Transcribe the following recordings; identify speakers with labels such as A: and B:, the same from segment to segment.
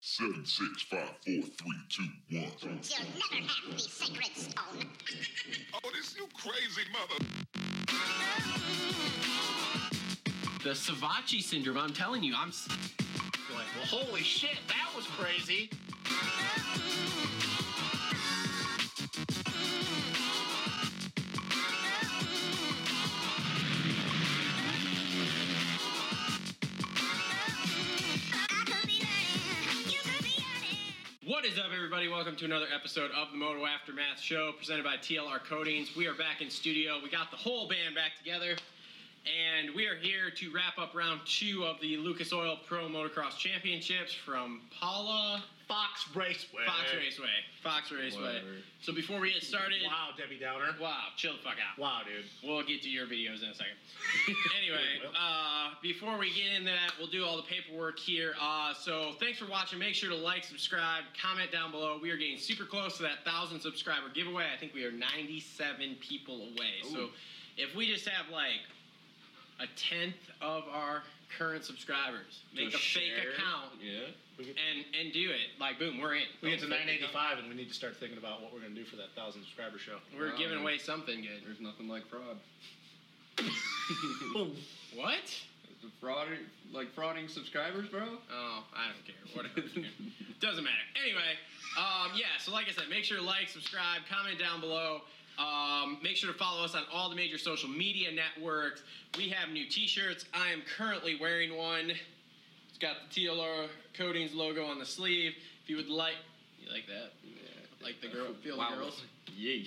A: Seven, six, five, four, three, two, one.
B: You'll never have the sacred stone.
A: Oh, this you crazy mother.
C: The Savachi syndrome, I'm telling you, I'm. s- You're like, well, holy shit, that was crazy.
B: I could be learning. You could be learning.
C: What is up, everybody? Welcome to another episode of the Moto Aftermath Show presented by TLR Coatings. We are back in studio. We got the whole band back together, and we are here to wrap up round two of the Lucas Oil Pro Motocross Championships from Paula
D: Fox Raceway.
C: Fox Raceway. Fox Raceway.
D: Whatever.
C: So before we get started,
D: Wow, Debbie Downer.
C: wow, chill the fuck out.
D: Wow, dude.
C: We'll get to your videos in a second. anyway, uh, before we get into that, we'll do all the paperwork here. Uh, so thanks for watching. Make sure to like, subscribe, comment down below. We are getting super close to that thousand subscriber giveaway. I think we are 97 people away. So if we just have like a tenth of our current subscribers, make a fake account
E: Yeah.
D: We get,
C: and and do it. Like boom, we're in.
D: we get to 985 and we need to start thinking about what we're going to do for that 1,000 subscriber show.
C: We're
E: Wow.
C: giving away something good.
E: There's nothing like fraud.
C: What?
E: The fraud, like frauding subscribers, bro.
C: Oh, I don't care. Whatever. dude. Doesn't matter. Anyway, um, yeah, so like I said, make sure to like, subscribe, comment down below. Um, make sure to follow us on all the major social media networks. We have new t shirts. I am currently wearing one. It's got the TLR Coatings logo on the sleeve. If you would like, you like that? Like the girl, feel the girls?
E: Yay.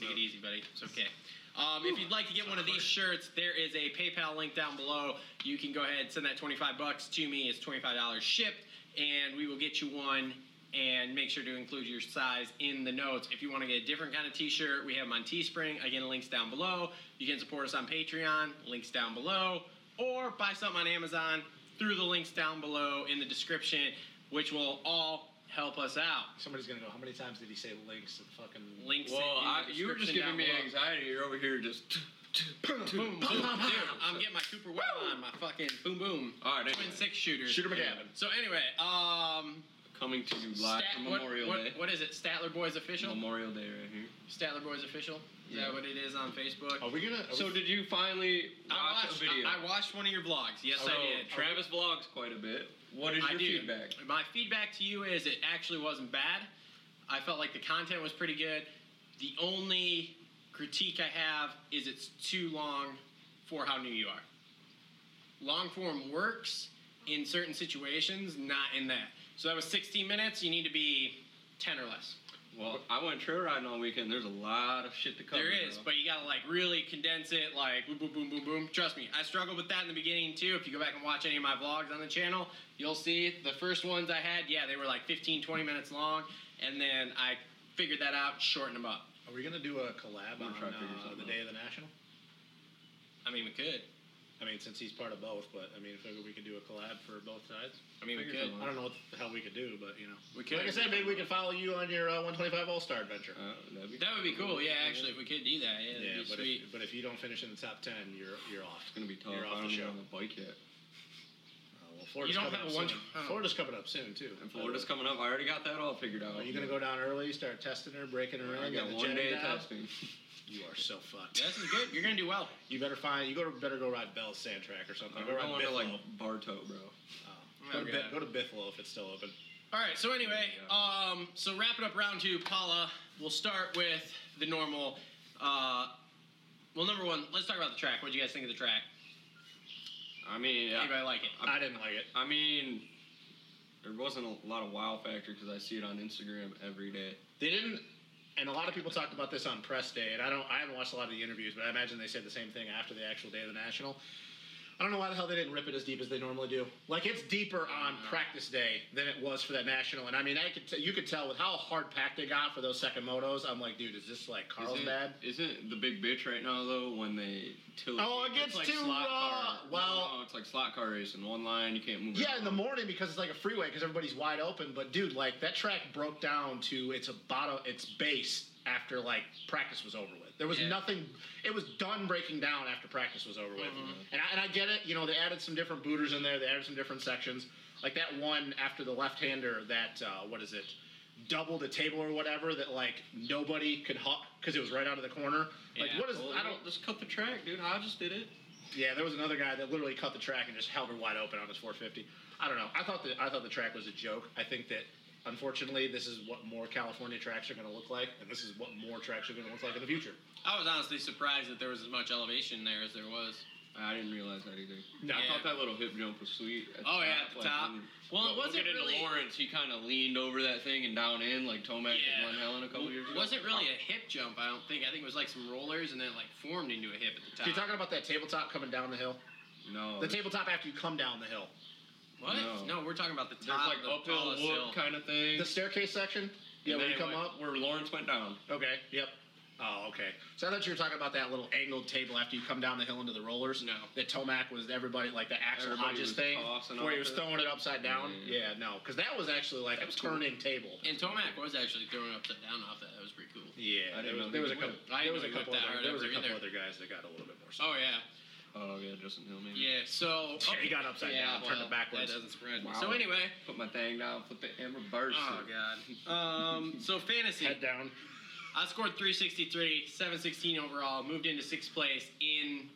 C: Take it easy, buddy. It's okay. Um, if you'd like to get one of these shirts, there is a PayPal link down below. You can go ahead and send that 25 bucks to me. It's $25 shipped, and we will get you one. And make sure to include your size in the notes. If you want to get a different kind of t shirt, we have them on Teespring. Again, links down below. You can support us on Patreon, links down below. Or buy something on Amazon through the links down below in the description, which will all help us out.
D: Somebody's going to go, how many times did he say links to the fucking.
C: Links in-
E: Well,
C: in the
E: I, you were just
C: description
E: giving
C: down
E: me
C: below.
E: anxiety. You're over here just.
C: boom, boom, dude. I'm getting my Cooper Webb on, my fucking boom, boom.
E: All right,
C: Twin six shooter.
D: Shooter McGavin.
C: So anyway, um,
E: coming to you
C: Stat-
E: live from
C: what-
E: Memorial
C: what,
E: Day.
C: what is it? Statler Boys official.
E: Memorial Day right here.
C: Statler Boys official. Is
E: Yeah.
C: that what it is on Facebook?
D: Are we going to.
E: So did you finally watch
C: I watched.
E: a video?
C: I, I watched one of your vlogs. Yes,
E: so
C: I did.
E: Travis vlogs quite a bit. What is
C: I
E: your
C: did.
E: feedback?
C: My feedback to you is it actually wasn't bad. I felt like the content was pretty good. The only critique I have is it's too long for how new you are. Long form works in certain situations, not in that. So that was 16 minutes. You need to be 10 or less.
E: Well, I went trail riding all weekend. There's a lot of shit to cover.
C: There is,
E: bro.
C: but you gotta like really condense it, like boom, boom, boom, boom, boom. Trust me, I struggled with that in the beginning too. If you go back and watch any of my vlogs on the channel, you'll see the first ones I had, yeah, they were like 15, 20 minutes long, and then I figured that out, shortened them up.
D: are we going to do a collab
E: We'll
D: on
E: try to figure
D: uh,
E: something
D: the
E: out.
D: Day of the National?
C: I mean, we could.
D: I mean, since he's part of both, but I mean, if we could do a collab for both sides.
C: I mean, we could.
E: Figure something
D: I don't know what the hell we could do, but you know.
C: We could.
D: Like I said, maybe we could follow you on your uh, 125 All Star adventure.
E: Uh, that'd be
C: That would be cool, yeah. Actually, if we could do that, yeah, that'd
D: yeah,
C: be
D: but
C: sweet.
D: if, but if you don't finish in the top 10, you're you're off.
E: It's gonna be tough.
D: You're
E: I
D: off
E: don't
D: the
E: even
D: show.
E: have a bike yet.
D: Uh, well, Florida's
C: You don't
D: coming up
C: have a one-
D: soon.
C: oh.
D: Florida's coming up soon too.
E: And Florida's coming up. I already got that all figured out.
D: Are you gonna go down early, start testing her, breaking her
E: I
D: in?
E: got
D: get the jetty
E: one day of
D: down?
E: testing.
D: You are so fucked.
C: Yeah, this is good. You're gonna do well.
D: You better find. You go to, better go ride Bell's Sand Track or something.
E: I'm
D: Go ride
E: going to
D: Bithlo.
E: like Bartow, bro.
D: Oh.
C: Oh,
D: go, to
C: God.
D: Bi- go to Bithlo if it's still open.
C: All right. So anyway,
E: There you go.
C: um, so wrapping up round two, Paula. We'll start with the normal. Uh, well, number one, let's talk about the track. What do you guys think of the track?
E: I mean, I,
C: Anybody like it?
D: I didn't like it.
E: I mean, there wasn't a lot of wow factor because I see it on Instagram every day.
D: They didn't. And a lot of people talked about this on press day, and I don't. I haven't watched a lot of the interviews, but I imagine they said the same thing after the actual day of the national. I don't know why the hell they didn't rip it as deep as they normally do. Like it's deeper on practice day than it was for that national, and I mean, I could t- you could tell with how hard packed they got for those second motos. I'm like, dude, is this like Carlsbad?
E: Isn't, isn't the big bitch right now though when they tilt?
D: Oh, it gets
E: it's like
D: too
E: slot
D: raw.
E: Car.
D: Well-
E: no, no, it's like slot car racing. One line, you can't move.
D: Yeah,
E: it.
D: in the morning because it's like a freeway because everybody's wide open. But dude, like that track broke down to its bottom, its base after like practice was over with. There was
C: Yeah.
D: nothing. It was done breaking
C: Mm-hmm.
D: down after practice was over with. And I, and I get it. You know, they added some different booters in there. They added some different sections. Like that one after the left hander that uh, what is it? Doubled a table or whatever that like nobody could hop because it was right out of the corner. Like
C: Yeah.
D: what is?
E: Well,
D: I don't.
E: Oh, just cut the track, dude. I just did it.
D: Yeah, there was another guy that literally cut the track and just held her wide open on his 450. I don't know. I thought that I thought the track was a joke. I think that unfortunately this is what more California tracks are going to look like, and this is what more tracks are going to look like in the future.
C: I was honestly surprised that there was as much elevation there as there was.
E: I didn't realize that either.
D: No,
E: I
C: Yeah.
E: thought that little hip jump was sweet. at the
C: Oh, yeah, at the
E: like,
C: top.
E: when-
C: Well, it
E: we'll
C: wasn't
E: get into
C: really-
E: Lawrence. He kind of leaned over that thing and down in like Tomac
C: Yeah.
E: and Glen Helen a couple years ago.
C: wasn't really a hip jump, I don't think. I think it was like some rollers and then it, like formed into a hip at the top.
D: You're talking about that tabletop coming down the hill.
E: No.
D: The
E: there's-
D: tabletop after you come down the hill.
C: what? No.
E: No.
C: we're talking about the
E: There's
C: top.
E: like
C: the
E: uphill
C: tallest hill.
E: whoop kind of thing.
D: The staircase section. Yeah,
E: And
D: when
E: then
D: you
E: it
D: come
E: went
D: up.
E: where Lawrence went down.
D: Okay. Yep. Oh, okay. So I thought you were talking about that little angled table after you come down the hill into the rollers.
C: No.
D: That Tomac was everybody like the Axel
E: Everybody
D: Hodges
E: was
D: thing,
E: tossing
D: where he
E: off
D: was
E: it.
D: throwing it upside down. Yeah,
E: Yeah.
D: no, because that was actually like
E: That was
D: a
E: cool.
D: turning table.
C: And Tomac was actually throwing upside down off that. That was pretty cool.
D: Yeah, there
E: I didn't
D: was,
E: know
D: there
E: he
D: was a
E: could
D: couple.
C: I
D: There
C: didn't
D: was a
C: know he
D: couple.
C: whipped that
D: Other,
C: hard
D: there was a
C: ever
D: couple
C: either.
D: other guys that got a little bit more.
C: Oh yeah,
E: Oh yeah, Justin Hill maybe.
C: yeah. So
D: Yeah, he got upside down, turned it backwards.
C: That doesn't surprise me.
E: Wow.
C: So anyway,
E: Put my thing down. Put the in reverse.
C: oh
E: it.
C: god. Um, so
E: Oh,
C: fantasy.
D: Head down.
C: I scored 363, 716 overall, moved into sixth place in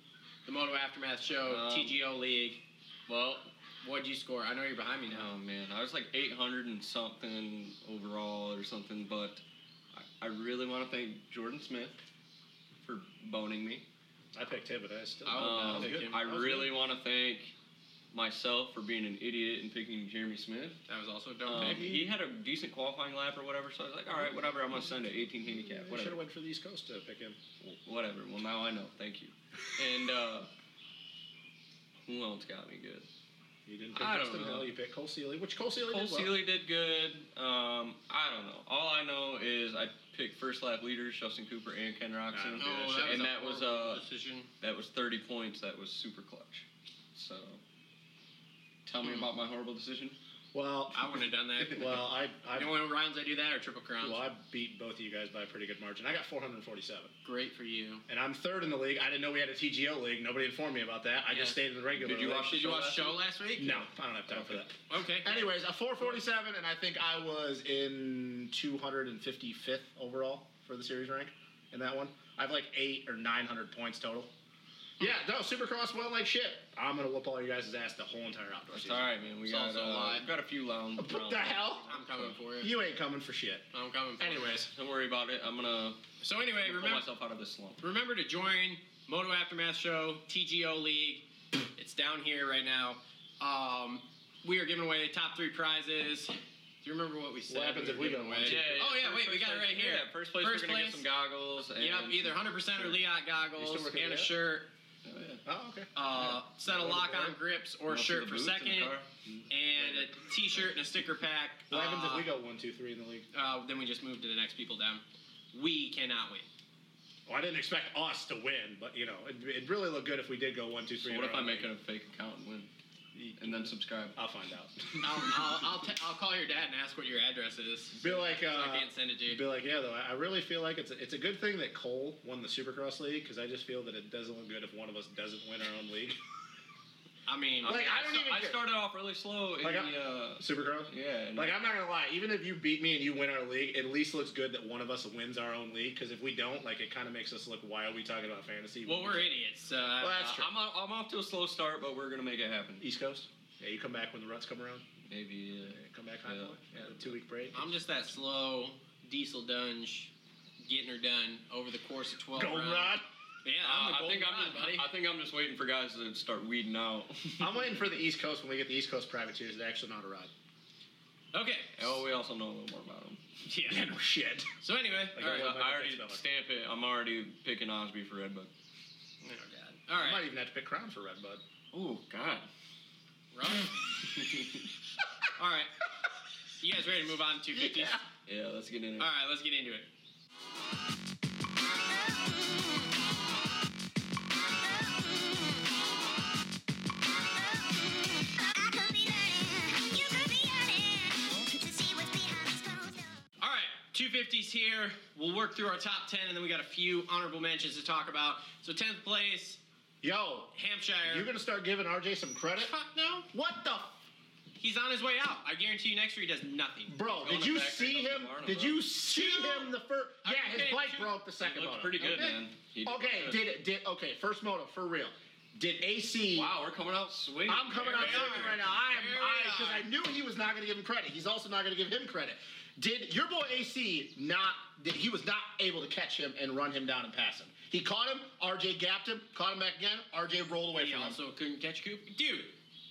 C: the Moto Aftermath Show
E: Um,
C: TGO League. Well, what'd you score? I know you're behind me now.
E: Oh man, I was like 800 and something overall or something, but I, I really want to thank Jordan Smith for boning me.
D: I picked him, but I still.
C: I would not
E: Um,
C: pick him.
E: I
D: Oh, That was
E: really want to thank myself for being an idiot and picking Jeremy Smith.
C: That was also a dumb
E: Um,
C: pick.
E: he had a decent qualifying lap or whatever, so I was like, all right, whatever, I'm gonna send it 18 handicap,
D: should have
E: whatever,
D: went for the East Coast to pick him.
E: whatever. Well, now I know. Thank you. And uh, who else got me good?
D: You didn't pick
E: I don't
D: Justin
E: know.
D: Hill. You picked Cole Seely, which Cole Seely
E: Cole
D: did well.
E: Seely did good. Um, I don't know. All I know is I picked first lap leaders Justin Cooper and Ken
D: No,
C: No,
E: Roxon,
C: that was
E: and
C: a
E: that was
C: horrible
E: uh
C: decision.
E: that was thirty points. That was super clutch. So tell me about my horrible decision.
D: Well,
C: I wouldn't have done that.
D: well, I,
C: the
D: I,
C: only rounds I do that are triple crowns.
D: well, I beat both of you guys by a pretty good margin. I got 447,
C: Great for you.
D: and I'm third in the league. I didn't know we had a TGO league. Nobody informed me about that. I
C: Yeah.
D: just stayed in the regular.
E: Did you
D: league.
E: watch
C: Did you
E: show
C: watch the
E: last
C: show last week?
D: No, I don't have time for that.
C: Okay.
D: Anyways, a 447, and I think I was in 255th overall for the series rank in that one. I have like eight or 900 points total. Yeah, no, Supercross went like shit. I'm gonna whoop all you guys' ass the whole entire outdoor
E: It's
D: season.
E: all right, man. We
C: It's
E: got
C: also a
E: uh,
C: lot.
E: got a few rounds.
D: What the hell?
C: I'm coming for it.
D: You ain't coming for shit.
C: I'm coming for it.
D: Anyways,
E: Don't worry about it. I'm gonna
C: So anyway,
E: pull
C: remember
E: myself out of this slump.
C: remember to join Moto Aftermath Show TGO League. It's down here right now. Um, we are giving away top three prizes. Do you remember what we said?
D: happens
C: were
D: if we
C: giving
D: don't win?
C: away?
D: Yeah,
C: Oh yeah,
E: first
C: wait, we
E: place-
C: got it right here.
E: Yeah, first place.
C: First
E: we're gonna
C: place.
E: get some goggles. And
C: Yep, either 100% or Liot
D: You still
C: goggles
D: working
C: and a
D: with that?
C: shirt,
E: Oh, yeah.
D: oh okay.
C: uh, set of
E: Go to
C: lock-on
E: board.
C: grips
E: Wanna
C: or
E: see
C: shirt
E: the
C: for
E: boots in the
C: second,
E: car?
C: and a T-shirt and a sticker pack.
D: What happens if
C: Uh,
D: we go one, two, three in the league?
C: uh, then we just move to the next people down. We cannot win.
D: Well, I didn't expect us to win, but you know, it'd, it'd really look good if we did go one, two, three.
E: So
D: in
E: what
D: our
E: if I
D: own
E: make
D: league.
E: a fake account and win, and then subscribe?
D: I'll find out.
C: I'll, I'll, I'll, t- I'll call your dad and ask what your address is.
D: Be like,
C: so I
D: uh,
C: can't send it to you.
D: be like, yeah, though. I I really feel like it's a, it's a good thing that Cole won the Supercross league because I just feel that it doesn't look good if one of us doesn't win our own league.
C: I mean,
D: Like, I don't
E: so
D: even
E: I
D: care.
E: started off really slow in
D: Like, I-
E: the uh,
D: Supercross.
E: yeah. and-
D: Like I'm not gonna lie, even if you beat me and you win our league, it at least looks good that one of us wins our own league. Because if we don't, like, it kind of makes us look. Why are we talking about fantasy?
C: well, we're idiots. So I-
D: Well, that's
C: I-
D: true.
E: I'm, o- I'm off to a slow start, but we're gonna make it happen.
D: East Coast. Yeah, you come back when the ruts come around.
E: Maybe. uh,
D: Yeah, come back high
E: Yeah.
D: boy. Yeah, the two week break.
C: I'm just that slow diesel dunge getting her done over the course of 12
D: Go
C: rounds.
D: Rod.
C: Yeah,
E: Uh,
C: I'm the
E: I think
C: golden rod,
E: I'm just.
C: buddy.
E: I think I'm just waiting for guys to start weeding out.
D: I'm waiting for the East Coast when we get the East Coast privateers. They actually not a ride.
C: Okay.
E: oh, we also know a little more about them.
D: Yeah, no shit.
C: So anyway,
D: Like,
C: all right.
D: I-
C: Oh,
D: Michael
E: I already
D: Fitzmiller.
E: stamp it. I'm already picking Osby for Redbud.
C: God. All
D: I might
C: right.
D: even have to pick Crown for Red Bud.
E: Oh God.
C: Rough. all right. You guys ready to move on to 250s?
E: yeah, let's get in
C: All
E: it.
C: right, let's get into it.
B: I could be lying, you could be honest. To see what's behind these closed doors.
C: All right, 250s here. We'll work through our top 10, and then we got a few honorable mentions to talk about. So 10th place,
D: Yo,
C: Hampshire.
D: you gonna start giving RJ some credit?
C: Fuck no.
D: What the? F-
C: he's on his way out. I guarantee you, next year he does nothing.
D: Bro,
E: Going
D: did
E: to
D: you
E: factory
D: see
E: goes to
D: him?
E: Barnum,
D: Did
E: though.
D: you see him the first?
C: I
D: Yeah, his
C: can't
D: bike
C: shoot.
D: broke the second motor.
E: Looked pretty good,
D: Okay.
E: man. He did
D: Okay,
E: good.
D: did it? Did okay? First moto for real. Did AC?
E: Wow, we're coming out swinging.
D: I'm coming out
C: There we
D: swinging
C: are.
D: right now. I am
C: There we
D: I because
C: are.
D: I knew he was not going to give him credit. He's also not going to give him credit. Did your boy AC not? Did, he was not able to catch him and run him down and pass him. He caught him. RJ gapped him. Caught him back again. RJ rolled away
C: He
D: from him.
C: also couldn't catch Cooper. Dude,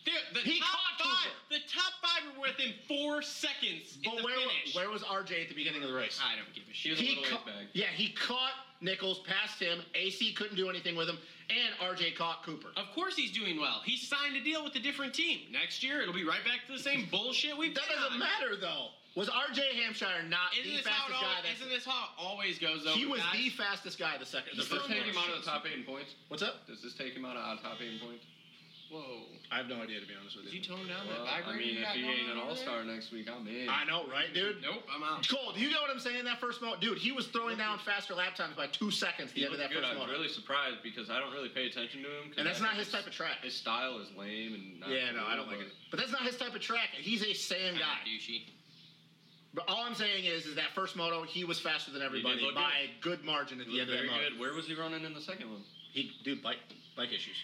C: the, the
D: He
C: top
D: caught
C: five,
D: Cooper.
C: the top five were within four seconds in
D: But
C: the
D: where,
C: finish.
D: where was RJ at the beginning of the race?
C: I don't give a shit.
E: was a
D: He
E: little
D: ca-
E: ways back.
D: yeah, he caught Nichols, passed him. AC couldn't do anything with him, and RJ caught Cooper.
C: Of course he's doing well. He signed a deal with a different team. Next year it'll be right back to the same bullshit we've
D: That
C: been
D: doesn't
C: on.
D: matter though. Was RJ Hampshire not
C: Isn't
D: the
C: this, how it
D: fastest
C: always,
D: guy?
C: isn't this how it always goes though?
D: That, he was
C: guys?
D: the fastest guy the second. The
E: Does
D: first
E: this take
D: one.
E: him out of the top eight in points?
D: What's up?
E: Does this take him out of the top eight in points?
C: Whoa.
D: I have no idea to be honest with
C: Did you tone down
E: Well,
C: that
E: I
C: vibrator?
E: mean,
C: you
E: if
C: got
E: he
C: going
E: ain't
C: on
E: an
C: over
E: all
C: there?
E: star next week, I'm in.
D: I know, right, dude?
C: Nope, I'm out.
D: Cole, do you get what I'm saying? That first moto, dude, he was throwing down faster lap times by two seconds at the
E: He
D: end of
E: looked
D: that
E: good.
D: first
E: I'm
D: moto,
E: really surprised because I don't really pay attention to him. 'cause
D: and that's
E: I
D: not
E: think
D: his type of track.
E: His style is lame and not
D: Yeah, no, I
E: cool,
D: don't like
E: but-
D: it. But that's not his type of track. He's a sand
C: Kinda
D: guy.
C: douchey.
D: But all I'm saying is, is that first moto, he was faster than everybody
E: look
D: by a good margin at
E: He
D: the end
E: looked
D: of that
E: very
D: moto.
E: good. Where was he running in the second one?
D: He dude bike bike issues.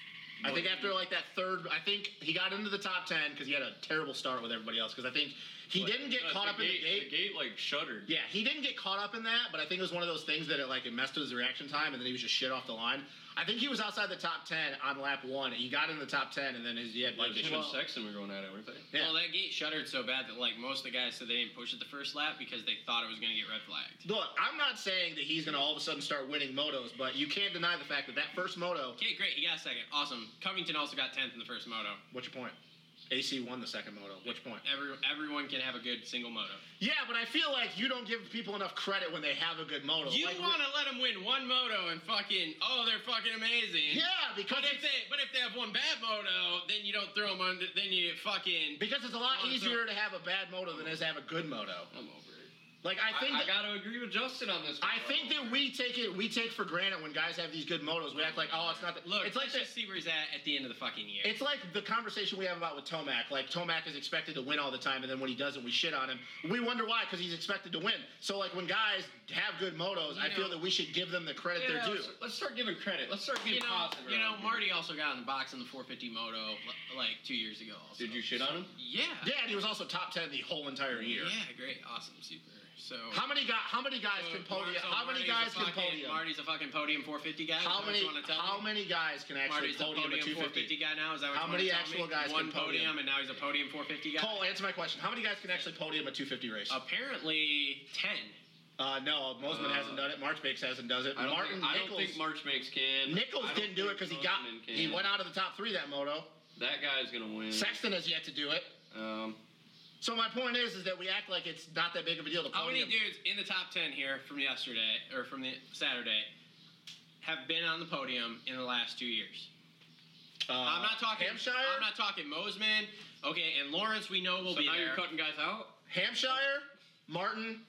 D: I
E: Bike
D: think after like that third, I think he got into the top ten because he had a terrible start with everybody else. Because I think he
E: Like,
D: didn't get
E: uh,
D: caught up in the
E: The
D: gate.
E: gate like shuddered.
D: Yeah, he didn't get caught up in that, but I think it was one of those things that it like it messed with his reaction time, and then he was just shit off the line. I think he was outside the top ten on lap one. He got in the top ten, and then his, he had
E: Like
D: bike
E: him
D: issues.
E: and Sexton were going at it, weren't they?
D: Yeah.
C: Well, that gate shuttered so bad that like most of the guys said they didn't push it the first lap because they thought it was going to get red flagged.
D: Look, I'm not saying that he's going to all of a sudden start winning motos, but you can't deny the fact that that first moto.
C: Okay, great. He got a second. Awesome. Covington also got tenth in the first moto.
D: What's your point? AC won the second moto. Which point?
C: Every, everyone can have a good single moto.
D: Yeah, but I feel like you don't give people enough credit when they have a good moto.
C: You
D: Like,
C: want to let them win one moto and fucking oh they're fucking amazing.
D: Yeah, because
C: But if
D: it's,
C: they but if they have one bad moto, then you don't throw them under. Then you fucking.
D: because it's a lot
C: Well, it's
D: easier to have a bad moto than it is to have a good moto.
C: I'm over it.
D: Like I think
E: I,
D: that,
E: got to agree with Justin on this. one,
D: I
E: bro.
D: think that we take it we take for granted when guys have these good motos. We act like oh it's not that.
C: Look,
D: it's like
C: let's
D: the,
C: just see where he's at at the end of the fucking year.
D: it's like the conversation we have about with Tomac. Like Tomac is expected to win all the time, and then when he doesn't, we shit on him. We wonder why because he's expected to win. So like when guys have good motos,
E: You
D: I feel
E: know-
D: that we should give them the credit
E: Yeah,
D: they're due.
E: let's, let's start giving credit. Let's start
C: you
E: giving
C: know,
E: positive.
C: you know,
E: around
C: Marty
E: here.
C: also got in the box in the 450 moto li- like two years ago. Also.
E: Did you shit on him?
C: Yeah.
D: Yeah, and he was also top ten the whole entire year.
C: Yeah, great, awesome, super. So
D: How many guys? How many guys
C: so
D: can
C: Mar-
D: podium?
C: so
D: how many
C: Marty's a
D: guys can
C: fucking-
D: podium?
C: Marty's a fucking podium 450 guy. Is
D: How
C: that what
D: many?
C: you wanna tell
D: How
C: me?
D: many guys can actually
C: Marty's
D: podium
C: a
D: at
C: podium 450
D: 250?
C: guy now. Is that what
D: How
C: you
D: many
C: wanna tell
D: actual
C: me?
D: guys can
C: One
D: podium?
C: and now he's a podium 450 guy.
D: Cole, answer my question. How many guys can actually podium a 250 race?
C: Apparently 10.
D: Uh, no, Mosman
E: Uh,
D: hasn't done it. March Bakes hasn't done it.
E: I don't
D: Martin
E: think, I don't
D: Nichols.
E: think March makes can.
D: Nichols
E: I don't
D: didn't do it
E: think
D: because he got
E: Norman can.
D: he went out of the top three that moto.
E: That guy's gonna win.
D: Sexton has yet to do it.
E: Um,
D: So my point is, is that we act like it's not that big of a deal to
C: How many
D: podium.
C: dudes in the top 10 here from yesterday or from the Saturday have been on the podium in the last two years?
D: Uh,
C: I'm not talking.
D: Hampshire.
C: I'm not talking Mosman. Okay, and Lawrence, we know will
E: so
C: be
E: now
C: there.
E: you're cutting guys out.
D: Hampshire, Martin,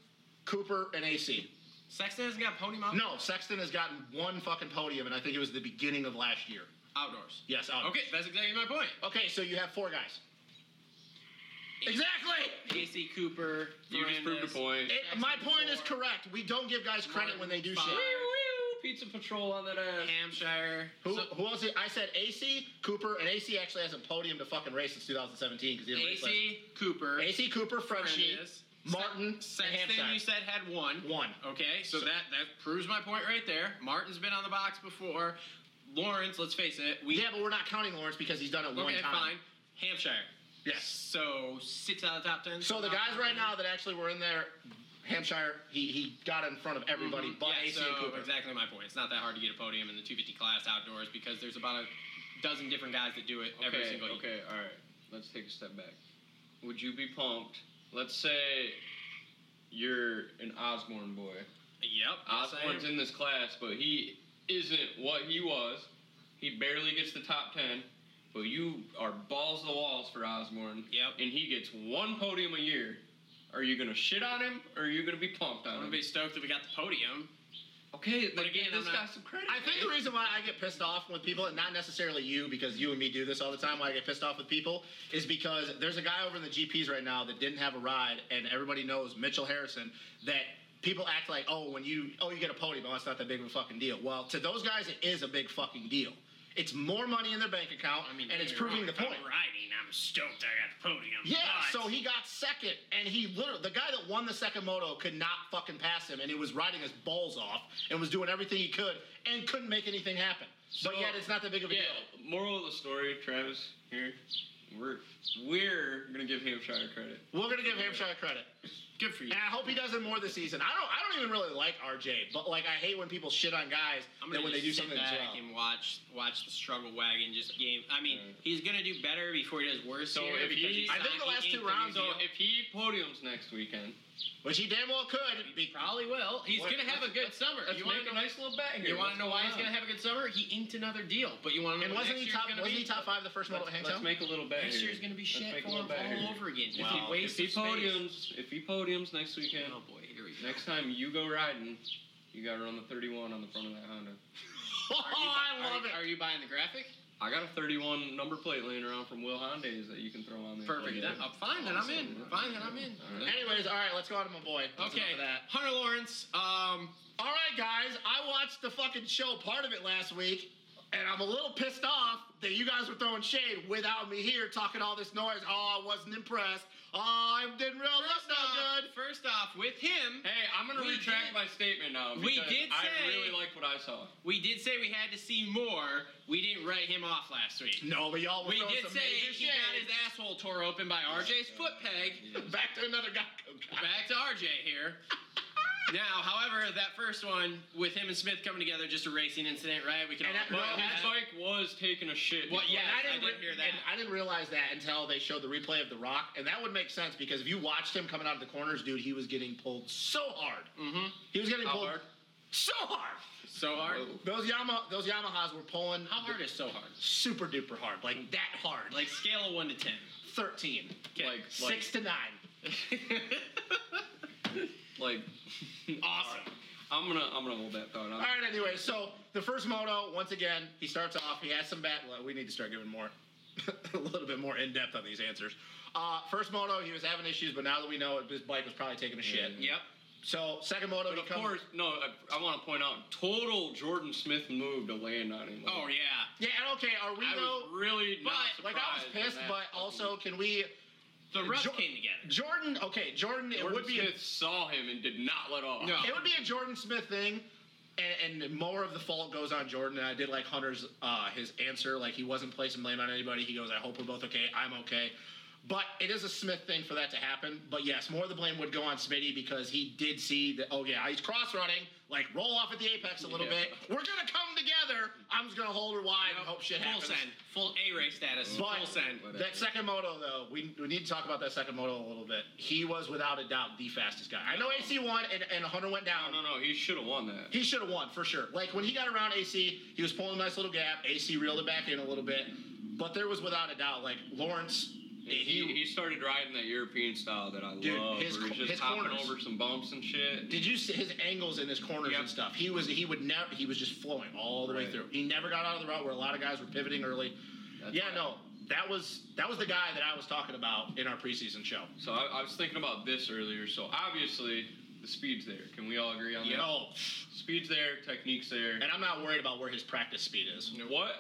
D: Cooper, and AC.
C: Sexton hasn't got pony mount.
D: No, Sexton has gotten one fucking podium, and I think it was the beginning of last year.
C: outdoors.
D: Yes. Out.
C: Okay, that's exactly my point.
D: Okay, so you have four guys. Exactly.
C: AC Cooper.
E: You just proved a
C: Fernandez.
E: point.
D: It, my
C: Jackson
D: point is
C: four.
D: correct. We don't give guys credit
C: Martin
D: when they do
C: five.
D: shit.
E: Woo, Pizza Patrol on that ass.
C: Hampshire.
D: Who, Oh,
C: So,
D: who else? Is, I said AC Cooper, and AC actually hasn't podium to fucking race since 2017 because he didn't race last.
C: AC Cooper.
D: AC Cooper, Frenchie,
C: Fernandez.
D: Martin,
C: Sexton.
D: and Hampshire.
C: You said had one.
D: one.
C: Okay, so,
D: So-
C: that that proves my point right there. Martin's been on the box before. Lawrence, let's face it, we
D: Yeah, but we're not counting Lawrence because he's done it one
C: okay,
D: time.
C: fine. Hampshire.
D: Yes.
C: So six out of the top ten.
D: So the
C: Top
D: guys right
C: 10.
D: now that actually were in there, Hampshire, he he got in front of everybody
C: Mhm.
D: but
C: yeah,
D: AC
C: so
D: and Cooper.
C: exactly my point. It's not that hard to get a podium in the 250 class outdoors because there's about a dozen different guys that do it every
E: okay,
C: single year.
E: okay, all right. Let's take a step back. Would you be pumped? Let's say you're an Osborne boy.
C: Yep. yes, I am.
E: Osborne's in this class, but he isn't what he was. He barely gets the top ten. But you are balls to the walls for Osborne.
C: Yep.
E: And he gets one podium a year. Are you gonna shit on him, or are you gonna be pumped on
C: I'm
E: him?
C: gonna be stoked if we got the podium.
E: Okay,
C: But
E: then
C: again,
E: give this
C: I'm
E: guy
C: not-
E: some credit.
D: I think the reason why I get pissed off with people, and not necessarily you, because you and me do this all the time, why I get pissed off with people, is because there's a guy over in the GPs right now that didn't have a ride, and everybody knows Mitchell Harrison that people act like, oh, when you oh you get a podium, oh, it's not that big of a fucking deal. Well, to those guys, it is a big fucking deal. It's more money in their bank account,
C: I mean,
D: and it's
C: you're
D: proving
C: wrong.
D: the
C: If I'm
D: point.
C: riding. I'm stoked. I got the podium.
D: Yeah,
C: but-
D: so he got second, and he literally the guy that won the second moto could not fucking pass him, and he was riding his balls off and was doing everything he could and couldn't make anything happen. but
E: So-
D: yet, it's not that big of a
E: Yeah.
D: deal.
E: Moral of the story, Travis. Here, we're we're gonna give Hampshire credit.
D: We're gonna give Hampshire credit,
C: good for you.
D: and I hope he does it more this season. I don't, I don't even really like RJ, but like I hate when people shit on guys
C: I'm
D: that
C: gonna
D: when
C: just
D: they do
C: sit
D: something that's
C: back
D: wrong.
C: and watch watch the struggle wagon just game. I mean,
E: Right.
C: he's gonna do better before he does worse.
E: So
C: here
E: if
C: because
E: he-
C: he's
E: I
D: think
C: not-
D: the
C: he
D: last
C: inked
D: two
C: a new
D: rounds,
E: So
C: deal.
E: if he podiums next weekend,
D: Which he damn well could. Be,
C: probably will. He's
E: What-
C: gonna have a good summer.
E: let's
C: You
E: make
C: want to
E: a
C: know?
E: nice little bet here.
C: You want
E: What's
C: to know why
E: going
C: he's gonna
E: on?
C: have a good summer? He inked another deal, but you want to know?
D: and
C: what
D: wasn't
C: next
D: he
C: year's
D: top?
C: gonna
D: Wasn't
C: be?
D: he top five the first moto at
E: Let's, let's
D: Hangtown?
E: make a little bet
C: Next
E: here.
C: year's gonna be
E: Let's
C: shit
E: make
C: for
E: a
C: him
E: little bet
C: all
E: here.
C: over again. If
D: Wow.
C: he wastes
E: If he
C: his space-
E: podiums, if he podiums next weekend,
C: Oh boy, here we go.
E: next time you go riding, you gotta run the 31 on the front of that Honda.
D: Oh,
C: Are you bu-
D: I
C: are
D: love
C: you-
D: it.
C: Are you buying the graphic?
E: I got a 31 number plate laying around from Will Hyundai's that you can throw on there.
C: Perfect.
E: Yeah.
C: Then, uh, fine, then I'm in.
E: Awesome.
C: Fine, then I'm in.
E: All right.
D: Anyways, all right, let's go on to my boy. That's
C: Okay,
D: enough of that.
C: Hunter Lawrence. Um,
D: All right, guys, I watched the fucking show, part of it last week, and I'm a little pissed off that you guys were throwing shade without me here talking all this noise. Oh, I wasn't impressed. Oh, I didn't really look
C: first
D: no
C: off,
D: good.
C: first off, with him,
E: Hey, I'm gonna
C: We
E: retract
C: did-
E: my statement now.
C: We
E: because
C: did say-
E: I really liked what I saw.
C: we did say we had to see more. We didn't write him off last week.
D: No, but y'all were
C: We
D: throwing
C: did
D: some
C: say
D: major
C: he got
D: shade.
C: his asshole tore open by RJ's foot peg.
D: Back to another guy.
C: Back to RJ here. Now, however, that first one with him and Smith coming together, just a racing incident, right? We can all
D: And that-
E: But
C: agree on
D: no,
E: his
C: that.
E: bike was taking a shit.
C: Well,
E: before
C: yeah,
E: that.
C: I didn't
D: re-
C: hear that.
D: And I didn't realize that until they showed the replay of The Rock, and that would make sense because if you watched him coming out of the corners, dude, he was getting pulled so hard.
C: Mhm.
D: He was getting
E: How
D: pulled
E: hard?
D: so hard.
C: So hard.
D: Those Yama, those Yamahas were pulling.
C: How hard is so hard?
D: super duper hard, like that hard, like
C: Like scale of one to ten.
D: 13,
E: Like, like,
D: six to nine.
E: like,
D: Awesome.
E: I'm gonna, I'm gonna hold that thought. I'm,
D: All right, anyway, so the first moto, once again, he starts off, he has some bad. well, We need to start giving more, a little bit more in depth on these answers. Uh, first moto, he was having issues, but now that we know it, his bike was probably taking a shit.
E: Yeah.
C: Yep.
D: So, second moto,
E: Mm-hmm. But
D: he
E: of
D: comes-
E: course, no. I, I want to point out total Jordan Smith move to land on him.
C: Oh yeah.
D: Yeah, and okay, are we
E: I
D: though?
E: was really not
C: but,
D: Like, I was
E: surprised when
D: pissed,
E: that
D: but
E: fucking-
D: also, can we.
C: The rough
D: Jo-
C: came together.
D: Jordan, okay, Jordan, it
E: Jordan
D: would be a
E: Smith saw him and did not let off.
C: No.
D: It would be a Jordan Smith thing, and, and more of the fault goes on Jordan. And I did like Hunter's uh, his answer, like he wasn't placing blame on anybody. He goes, "I hope we're both okay. I'm okay." But it is a Smith thing for that to happen. But yes, more of the blame would go on Smitty because he did see that. Oh yeah, he's cross running, like roll off at the apex a little
E: Yeah.
D: bit. We're gonna come together. I'm just gonna hold her wide and hope shit
C: full
D: happens.
C: send. Full A ray status.
D: But-
C: full send.
E: But-
D: That second moto, though, we, we need to talk about that second moto a little bit. He was without a doubt the fastest guy. I know AC won and, and Hunter went down.
E: No, no, no. He should have won that.
D: He should have won for sure. Like when he got around AC, he was pulling a nice little gap. AC reeled it back in a little bit, but there was without a doubt like Lawrence.
E: He, he, started riding that European style that I
D: Dude,
E: love.
D: his
E: where
D: cor-
E: he's just
D: his
E: hopping
D: corners.
E: over some bumps and shit.
D: did you see his angles in his corners
E: Yep.
D: and stuff? He was he would never he was just flowing all the way
E: Right.
D: through. He never got out of the route where a lot of guys were pivoting early.
E: That's
D: yeah,
E: right.
D: no, that was that was the guy that I was talking about in our preseason show.
E: So I, I was thinking about this earlier. So obviously the speed's there. Can we all agree on
D: You
E: that?
D: know,
E: Speed's there. Technique's there.
D: and I'm not worried about where his practice speed is.
E: What?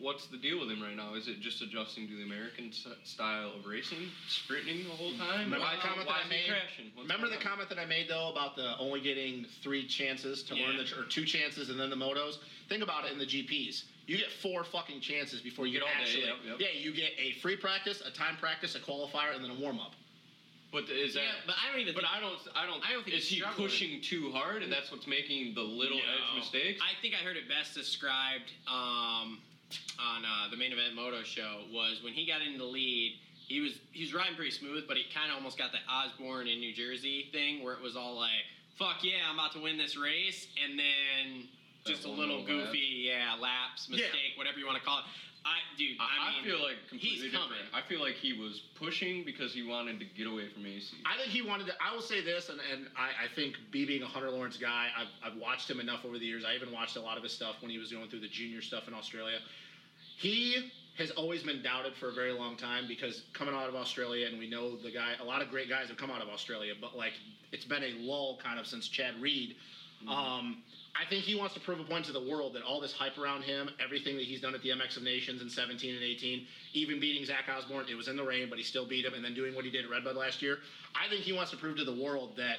E: What's the deal with him right now? Is it just adjusting to the American s- style of racing, sprinting the whole time?
D: Mm-hmm. Remember
E: why
D: the comment
E: why
D: that I
E: is he
D: made?
E: crashing? What's
D: Remember the
E: going on?
D: comment that I made though about the only getting three chances to learn
C: Yeah.
D: the tr- or two chances and then the motos. Think about it in the GPs. You get four fucking chances before you,
E: You get all day,
D: actually.
E: yep, yep.
D: Yeah, you get a free practice, a time practice, a qualifier, and then a warm up.
E: But is that?
C: yeah, but I don't even.
E: But
C: think,
E: I don't. I don't.
C: I don't think
E: Is
C: he's
E: he
C: struggling.
E: pushing too hard, and that's what's making the little
C: No.
E: edge mistakes?
C: I think I heard it best described um, on uh, the main event moto show was when he got into the lead. He was he was riding pretty smooth, but he kind of almost got that Osborne in New Jersey thing where it was all like, "Fuck yeah, I'm about to win this race," and then just a
E: one
C: little
E: little lap.
C: goofy, yeah, lapse,
D: Yeah.
C: mistake, whatever you want to call it. I, dude, I,
E: I, I
C: mean,
E: feel like completely
C: he's
E: different.
C: coming.
E: I feel like he was pushing because he wanted to get away from AC.
D: I think he wanted to. I will say this, and, and I, I think B being a Hunter Lawrence guy, I've, I've watched him enough over the years. I even watched a lot of his stuff when he was going through the junior stuff in Australia. He has always been doubted for a very long time because coming out of Australia, and we know the guy, a lot of great guys have come out of Australia, but like it's been a lull kind of since Chad Reed. Um, I think he wants to prove a point to the world that all this hype around him, everything that he's done at the MX of Nations in 17 and 18, even beating Zach Osborne, it was in the rain, but he still beat him, and then doing what he did at Red Bud last year. I think he wants to prove to the world that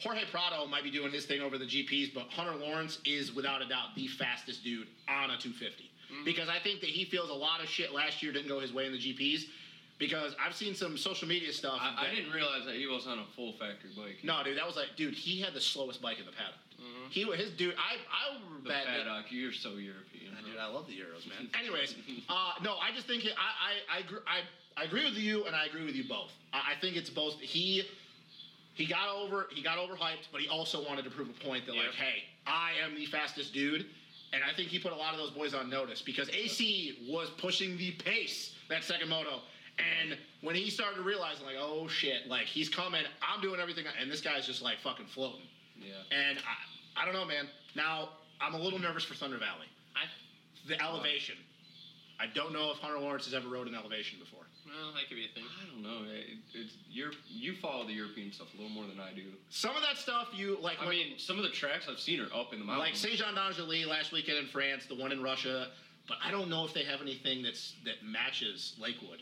D: Jorge Prado might be doing his thing over the GPs, but Hunter Lawrence is without a doubt the fastest dude on a 250.
E: Mm-hmm.
D: Because I think that he feels a lot of shit last year didn't go his way in the GPs. Because I've seen some social media stuff.
E: I, I
D: that-
E: didn't realize that he was on a full factory bike.
D: No, dude, that was like, dude, he had the slowest bike in the paddock. He was his dude. I I
E: Mm-hmm. the
D: bet. that-
E: paddock. You're so European.
D: Ah, Dude, I love the Euros, man. Anyways, uh, no, I just think it, I I I, gr- I I agree with you, and I agree with you both. I, I think it's both. He he got over he got overhyped, but he also wanted to prove a point that like, hey, I am the fastest dude, and I think he put a lot of those boys on notice because AC was pushing the pace that second moto. And when he started realizing, like, oh shit, like he's coming, I'm doing everything, I- and this guy's just like fucking floating.
E: Yeah.
D: And I, I don't know, man. Now I'm a little nervous for Thunder Valley
C: I,
D: the elevation. I don't know if Hunter Lawrence has ever rode an elevation before.
C: well, that could be a thing.
E: I don't know. It, it's you you follow the European stuff a little more than I do.
D: Some of that stuff you like.
E: I
D: when-
E: mean, some of the tracks I've seen are up in the
D: like
E: mountains.
D: Saint Jean d'Angely last weekend in France, the one in Russia. But I don't know if they have anything that's that matches Lakewood.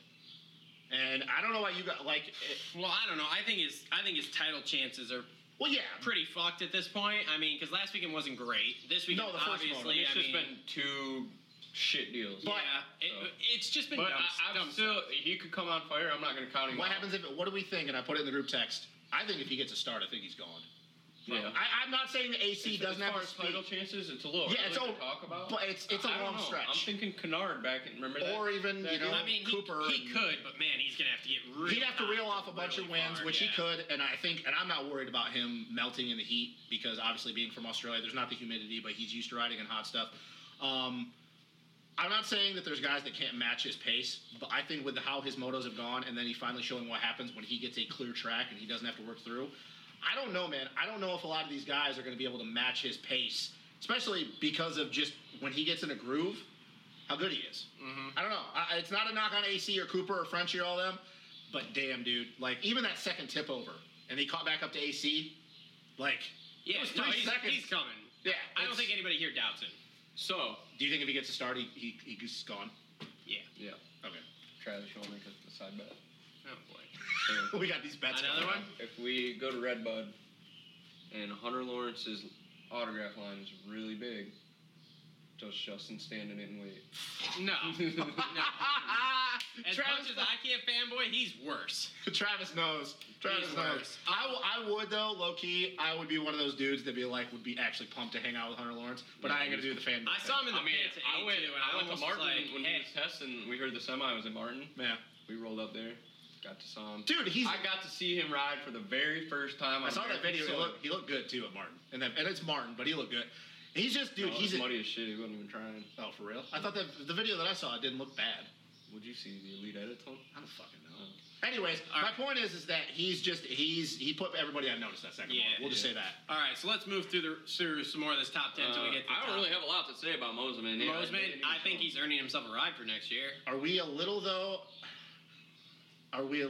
D: And I don't know why you got like. eh, It,
C: Well, I don't know. I think his I think his title chances are
D: well, yeah,
C: pretty fucked at this point. I mean, because last weekend wasn't great. This weekend,
D: No, the first one.
C: obviously,
E: it's
C: I
E: just
C: mean,
E: been two shit deals.
D: But-
C: yeah, it,
E: So.
C: it's just been
E: But
C: dumb,
E: I, I'm
C: dumb
E: still,
C: stuff.
E: he could come on fire. I'm not going to count him.
D: what
E: out.
D: happens if? What do we think? And I put it in the group text. I think if he gets a start, I think he's gone.
E: Yeah.
D: I, I'm not saying the AC
E: As
D: doesn't
E: far
D: have a
E: as title
D: speed,
E: chances, it's a little
D: Yeah,
E: early
D: it's all-
E: to talk about.
D: but it's- it's a
E: I don't
D: long
E: know.
D: stretch.
E: I'm thinking Kennard back in remember that.
D: or even you know
C: I mean, he-
D: Cooper.
C: he,
D: and-
C: could, but man, he's gonna have to get. Real
D: He'd have to reel
C: knocked
D: off a bunch
C: really
D: of wins,
C: hard,
D: which
C: yeah.
D: he could, and I think, and I'm not worried about him melting in the heat because obviously being from Australia, there's not the humidity, but he's used to riding in hot stuff. Um, I'm not saying that there's guys that can't match his pace, but I think with how his motos have gone, and then he finally showing what happens when he gets a clear track and he doesn't have to work through. I don't know, man. I don't know if a lot of these guys are going to be able to match his pace, especially because of just when he gets in a groove, how good he is. I don't know. I, it's not a knock on AC or Cooper or Frenchie or all them, but damn, dude. Like, even that second tip over, and he caught back up to AC, like,
C: Yeah,
D: it was
C: no,
D: three
C: he's,
D: seconds.
C: he's coming.
D: yeah.
C: I don't
D: it's-
C: think anybody here doubts him.
E: so,
D: Do you think if he gets a start, he, he, he's gone?
C: Yeah.
E: yeah,
D: Okay.
E: Travis, you want to make a side bet?
C: Oh boy.
E: So,
D: We got these bets.
C: Another
D: going on.
C: one?
E: if we go to Redbud and Hunter Lawrence's autograph line is really big, does Justin stand in it and wait?
C: No. no. As
D: Travis,
C: much as I can't fanboy, he's worse.
D: Travis knows. Travis
C: He's
D: knows.
C: worse.
D: I w- I would though, low key, I would be one of those dudes that be like would be actually pumped to hang out with Hunter Lawrence, but I ain't gonna do the fan.
C: I saw him in the
E: I mean,
C: pits at
E: I went,
C: 8-2, and
E: I
C: I,
E: went to
C: almost
E: Martin
C: was like,
E: when
C: eh.
E: he was testing. We heard the semi was at Martin.
D: Yeah,
E: We rolled up there, got to saw him.
D: dude, he's.
E: I got to see him ride for the very first time.
D: I
E: on
D: saw that
E: American
D: video. He
E: soil.
D: looked, he looked good too at Martin, and that, and it's Martin, but he looked good. He's just dude.
E: No, it
D: he's
E: was
D: a,
E: Oh, muddy as shit. He wasn't even trying.
D: oh for real. I thought that the video that I saw it didn't look bad.
E: Would you see the elite edits on?
D: I don't fucking know. Anyways, my point is is that he's just he's he put everybody on notice that second
C: Yeah,
D: one. We'll just
E: yeah.
D: say that.
C: All right, so let's move through the through some more of this top ten
D: Uh,
C: until we get. To the
E: Uh, I
C: top.
E: don't really have a lot to say about Moseman. Yeah,
C: Roseman,
E: didn't even
C: I think
E: show
C: he's earning himself a ride for next year.
D: Are we a little though? Are we? A,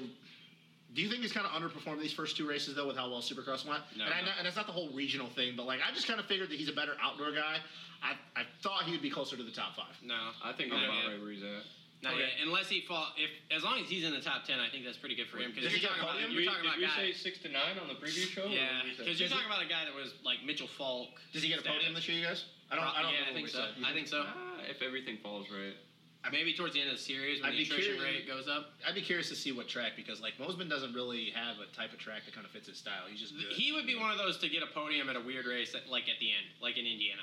D: do you think he's kind of underperformed these first two races though with how well Supercross went?
C: No,
D: and, I
C: no.
D: know, and it's not the whole regional thing, but like I just kind of figured that he's a better outdoor guy. I, I thought he'd be closer to the top five.
C: No,
E: I think
C: Okay.
E: I'm about right where he's at.
C: not
D: Okay.
C: yet. Unless he fall, if as long as he's in the top ten, I think that's pretty good for him.
D: Did
C: Because
D: he
C: you're talking
D: get a
C: about
D: podium?
C: you're
E: we,
C: talking
E: did
C: about a guy.
E: we say six to nine on the preview show? or
C: Yeah,
E: what did we
C: because
E: say?
C: you're talking about a guy that was like Mitchell Falk.
D: Does he get a
C: status.
D: podium this year, you guys? I don't. I don't
C: yeah,
D: know what
C: I think
D: we
C: so.
D: said.
C: I think so.
E: Ah, if everything falls right.
C: Maybe towards the end of the series
D: I'd
C: when
D: be
C: the attrition
D: curious-
C: rate goes up.
D: I'd be curious to see what track because like Mosman doesn't really have a type of track that kind of fits his style. He's just good.
C: He would be one of those to get a podium at a weird race, at, like at the end, like in Indiana.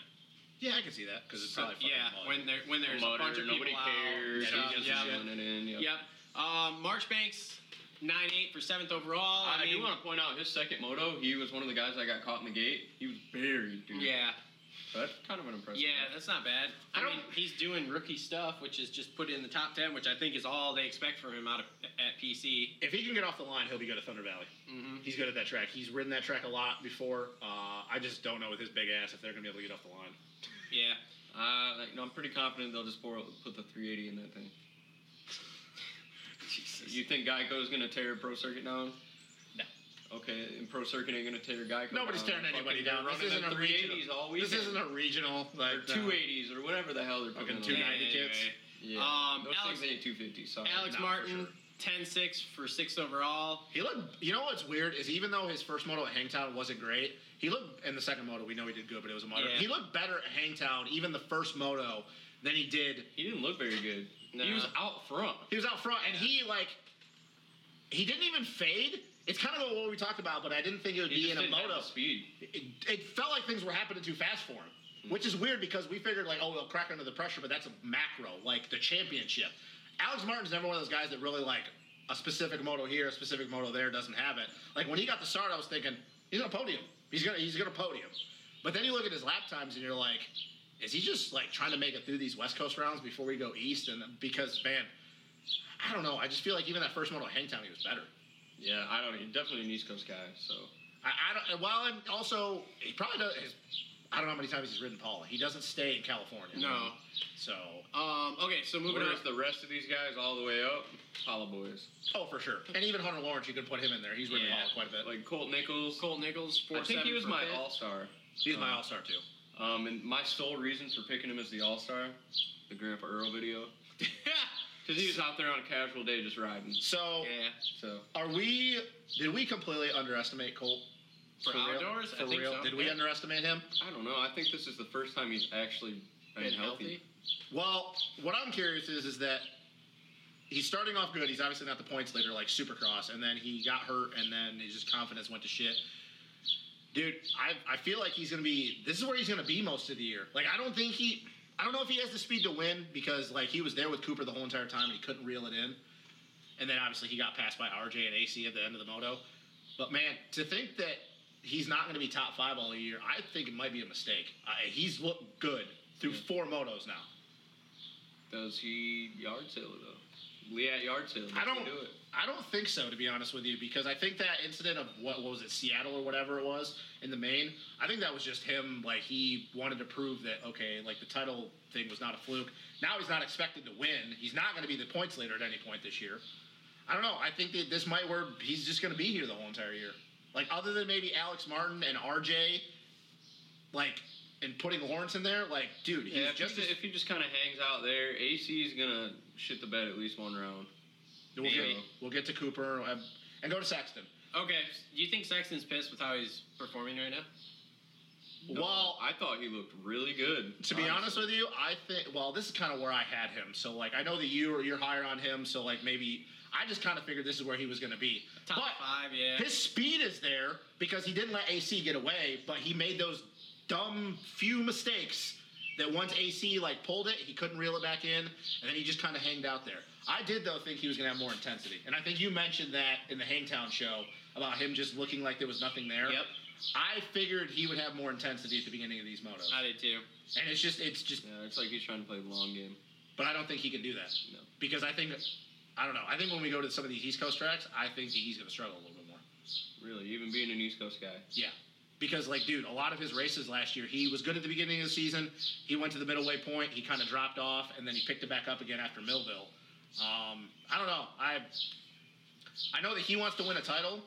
D: yeah, I can see that because it's
C: So,
D: probably fucking
C: yeah,
D: mud.
C: when there when there's a
E: Motor,
C: bunch of people
E: nobody
C: out.
E: cares.
D: Yeah,
C: stuff,
D: he
E: he's
D: does
C: yeah.
E: just
D: shit.
E: running it in. Yep.
C: Yep. Um, Marchbanks, nine eight for seventh overall. I,
E: I,
D: Mm-hmm.
C: mean,
E: do want to point out his second moto. He was one of the guys that got caught in the gate. He was buried, dude.
C: yeah.
E: But kind of an impressive.
C: Yeah, that's not bad. I,
D: I
C: mean,
D: don't-
C: he's doing rookie stuff, which is just put in the top ten, which I think is all they expect from him out of at PC.
D: If he can get off the line, he'll be good at Thunder Valley.
C: Mm-hmm.
D: He's good at that track. He's ridden that track a lot before. Uh, I just don't know with his big ass if they're going to be able to get off the line.
C: Yeah,
E: Uh, like, no, I'm pretty confident they'll just pour, put the 380 in that thing. You think Geico's gonna tear Pro Circuit down?
C: No.
E: Okay, and Pro Circuit ain't gonna tear Geico.
D: Nobody's
E: down.
D: tearing anybody
E: Fucking they're
D: down. This
E: Running
D: isn't
E: them
D: a regional-
E: 380s all weekend.
D: This isn't a regional. Like, uh,
E: or 280s or whatever the hell they're
D: Fucking
E: putting
D: Two
E: on.
D: nine- 90 kids.
E: Yeah.
C: Um,
E: Those
C: Alex-
E: things ain't 250. Sorry.
C: Alex
D: Nah, for
C: Martin,
D: sure.
C: 10-6 for sixth overall.
D: He looked. You know what's weird is even though his first moto at Hangtown wasn't great, he looked in the second moto. We know he did good, but it was a moto.
C: Yeah.
D: He looked better at Hangtown, even the first moto, than he did.
E: He didn't look very good. He
C: No.
E: was out front.
D: He was out front, and he like he didn't even fade. It's kind of what we talked about, but I didn't think it would
E: He
D: be
E: just
D: in a
E: didn't have
D: moto.
E: the speed.
D: It, it felt like things were happening too fast for him, which is weird because we figured like, oh, he'll crack under the pressure, but that's a macro, like the championship. Alex Martin's never one of those guys that really like a specific moto here, a specific moto there doesn't have it. Like when he got the start, I was thinking he's gonna podium. He's gonna he's gonna podium. But then you look at his lap times and you're like, is he just like trying to make it through these West Coast rounds before we go east? And because man, I don't know. I just feel like even that first moto at Hangtown, he was better.
E: Yeah, I don't. He's definitely an East Coast guy. So
D: I, I don't. Well, and also he probably does. His, I don't know how many times he's ridden Paula. He doesn't stay in California.
C: No.
D: So.
C: Um, okay, so moving on.
E: where's the rest of these guys all the way up? Hollow boys.
D: Oh, for sure. And even Hunter Lawrence, you can put him in there. He's ridden
C: Yeah.
D: Paula quite a bit.
E: Like Colt Nichols.
C: Colt Nichols, four
E: I think he was my
C: fifth.
E: all star.
D: he's my
C: uh-huh.
E: um,
D: all-star too.
E: Um, and my sole reason for picking him as the all star, the Grandpa Earl video, because he was out there on a casual day just riding.
D: So,
C: yeah,
E: So
D: are we? Did we completely underestimate Colt?
C: for,
D: real?
C: outdoors,
D: For
C: I think
D: real?
C: so.
D: Did we
C: Yeah.
D: underestimate him?
E: I don't know. I think this is the first time he's actually been,
C: Been
E: healthy.
C: healthy?
D: Well, what I'm curious is is that he's starting off good. He's obviously not the points leader like Supercross, and then he got hurt, and then his just confidence went to shit. Dude, I I feel like he's gonna be. This is where he's gonna be most of the year. Like I don't think he. I don't know if he has the speed to win because like he was there with Cooper the whole entire time and he couldn't reel it in. And then obviously he got passed by RJ and AC at the end of the moto. But man, to think that he's not going to be top five all year, I think it might be a mistake. Uh, he's looked good through four motos now.
E: Does he yard sale it though? Lee at yard sale.
D: I
E: does
D: don't.
E: he do it.
D: I don't think so, to be honest with you, because I think that incident of what, what was it, Seattle or whatever it was in the main. I think that was just him. Like he wanted to prove that okay, like the title thing was not a fluke. Now he's not expected to win. He's not going to be the points leader at any point this year. I don't know. I think that this might where he's just going to be here the whole entire year. Like other than maybe Alex Martin and RJ, like and putting Lawrence in there, like dude, he's
E: Yeah, if,
D: just
E: he,
D: as,
E: if he just kind of hangs out there, AC's gonna shit the bed at least one round.
D: we'll, get,
E: maybe.
D: we'll get to Cooper um, and go to Sexton.
C: Okay, do you think Sexton's pissed with how he's performing right now?
D: Well,
E: I thought he looked really good.
D: To be honest with you, I think well, this is kind of where I had him. So like, I know that you or you're higher on him. So like, maybe I just kind of figured this is where he was going to be.
C: Top
D: but
C: five, yeah.
D: his speed is there because he didn't let AC get away, but he made those dumb few mistakes that once AC like pulled it, he couldn't reel it back in, and then he just kind of hanged out there. I did though think he was going to have more intensity, and I think you mentioned that in the Hangtown show about him just looking like there was nothing there.
C: Yep.
D: I figured he would have more intensity at the beginning of these motos,
C: I did too.
D: and it's just it's just
E: Yeah, it's like he's trying to play the long game.
D: but I don't think he can do that.
E: No.
D: Because I think, I don't know. I think when we go to some of these East Coast tracks, I think that he's going to struggle a little bit more.
E: Really, even being an East Coast guy.
D: Yeah. Because, like, dude, a lot of his races last year, he was good at the beginning of the season. He went to the midway point. He kind of dropped off, and then he picked it back up again after Millville. Um, I don't know. I I know that he wants to win a title,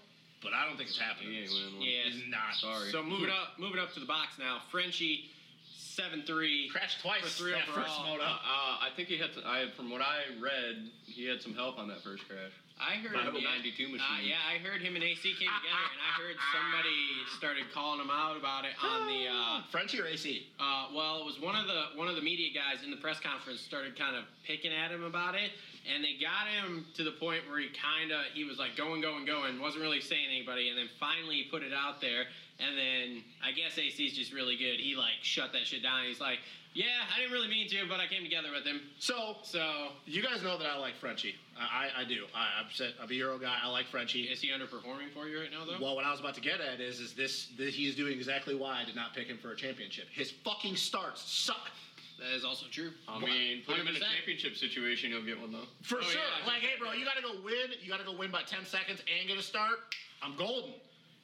D: but I don't think it's
E: He
D: happening.
E: ain't winning one.
C: Yeah.
D: He's not.
E: Sorry.
C: So moving up, moving up to the box now. Frenchie, seven three.
D: Crashed twice
C: For three
D: that first
C: overall.
E: Uh,
D: moto.
E: uh, I think he had. To, I from what I read, he had some help on that first crash.
C: I heard
E: By the
C: yeah,
E: 92 machine.
C: Uh, yeah, I heard him and AC came together, and I heard somebody started calling him out about it on the. Uh,
D: Frenchie or AC?
C: Uh, well, it was one of the one of the media guys in the press conference started kind of picking at him about it, and they got him to the point where he kind of he was like going, going, going, wasn't really saying anybody, and then finally he put it out there, and then I guess AC's just really good. He like shut that shit down. He's like, Yeah, I didn't really mean to, but I came together with him.
D: So
C: So,
D: you guys know that I like Frenchie. I I, I do. I, I'm set, I'm a Euro guy. I like Frenchie.
C: is he underperforming for you right now, though?
D: Well, what I was about to get at is, is this, that he's doing exactly why I did not pick him for a championship. His fucking starts suck
C: that is also true.
D: Um,
E: I mean, put him in a
C: 100%.
E: championship situation, he'll get one though.
D: for
C: Oh,
D: sure.
C: yeah, I
D: like,
C: think-
D: hey, bro, you gotta go win. You gotta go win by ten seconds and get a start. I'm golden.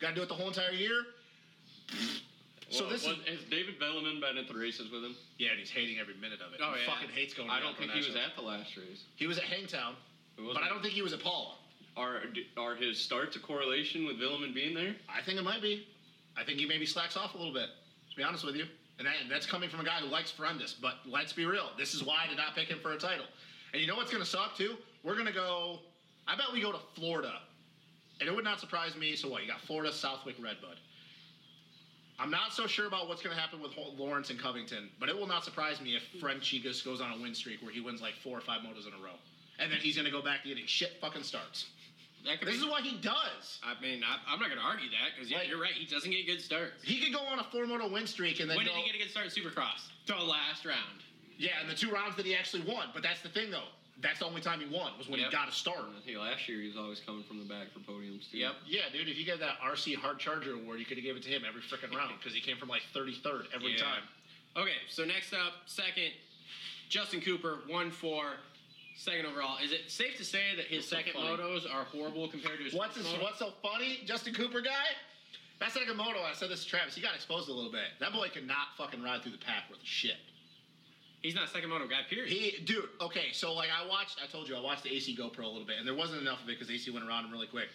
D: Gotta do it the whole entire year. So
E: Well,
D: this
E: was,
D: is
E: has David Belliman been at the races with him?
D: yeah, and he's hating every minute of it.
C: Oh,
D: he
C: yeah.
D: fucking hates going. To
E: I don't think
D: Outdoor
E: he was
D: Nationals.
E: at the last race.
D: He was at Hangtown,
E: It
D: but
E: wasn't-
D: I don't think he was at Paula.
E: Are are his starts a correlation with Belliman being there?
D: I think it might be. I think he maybe slacks off a little bit. To be honest with you, and that, that's coming from a guy who likes Ferendis. But let's be real, this is why I did not pick him for a title. And you know what's going to suck too? We're going to go. I bet we go to Florida, and it would not surprise me. So what? You got Florida, Southwick, Redbud. I'm not so sure about what's going to happen with Hol- Lawrence and Covington, but it will not surprise me if Frenchie just goes on a win streak where he wins like four or five motos in a row, and then he's going to go back to getting shit fucking starts.
C: That could
D: This
C: be-
D: is what he does.
C: I mean, I, I'm not going to argue that because yeah,
D: Like-
C: you're right. He doesn't get good starts.
D: He could go on a four moto win streak and then
C: When
D: go,
C: did he get a good start at Supercross? The last round.
D: yeah, and the two rounds that he actually won. But that's the thing though. That's the only time he won was when
C: Yep.
D: he got a start.
E: I think last year he was always coming from the back for podiums too.
C: Yep.
D: Yeah, dude, if you get that RC Hard Charger award, you could have gave it to him every freaking round because he came from like 33rd every
C: Yeah.
D: time.
C: Okay, so next up, second, Justin Cooper, 1 4, second overall. Is it safe to say that his second
E: funny.
C: motos are horrible compared to his
D: What's
C: first
D: his,
C: moto?
D: what's so funny, Justin Cooper guy? That second moto, I said this to Travis. He got exposed a little bit. That boy could not fucking ride through the pack worth of shit.
C: He's not a second moto guy, period.
D: He, dude, okay, so like I watched, I told you, I watched the AC GoPro a little bit, and there wasn't enough of it because AC went around him really quick.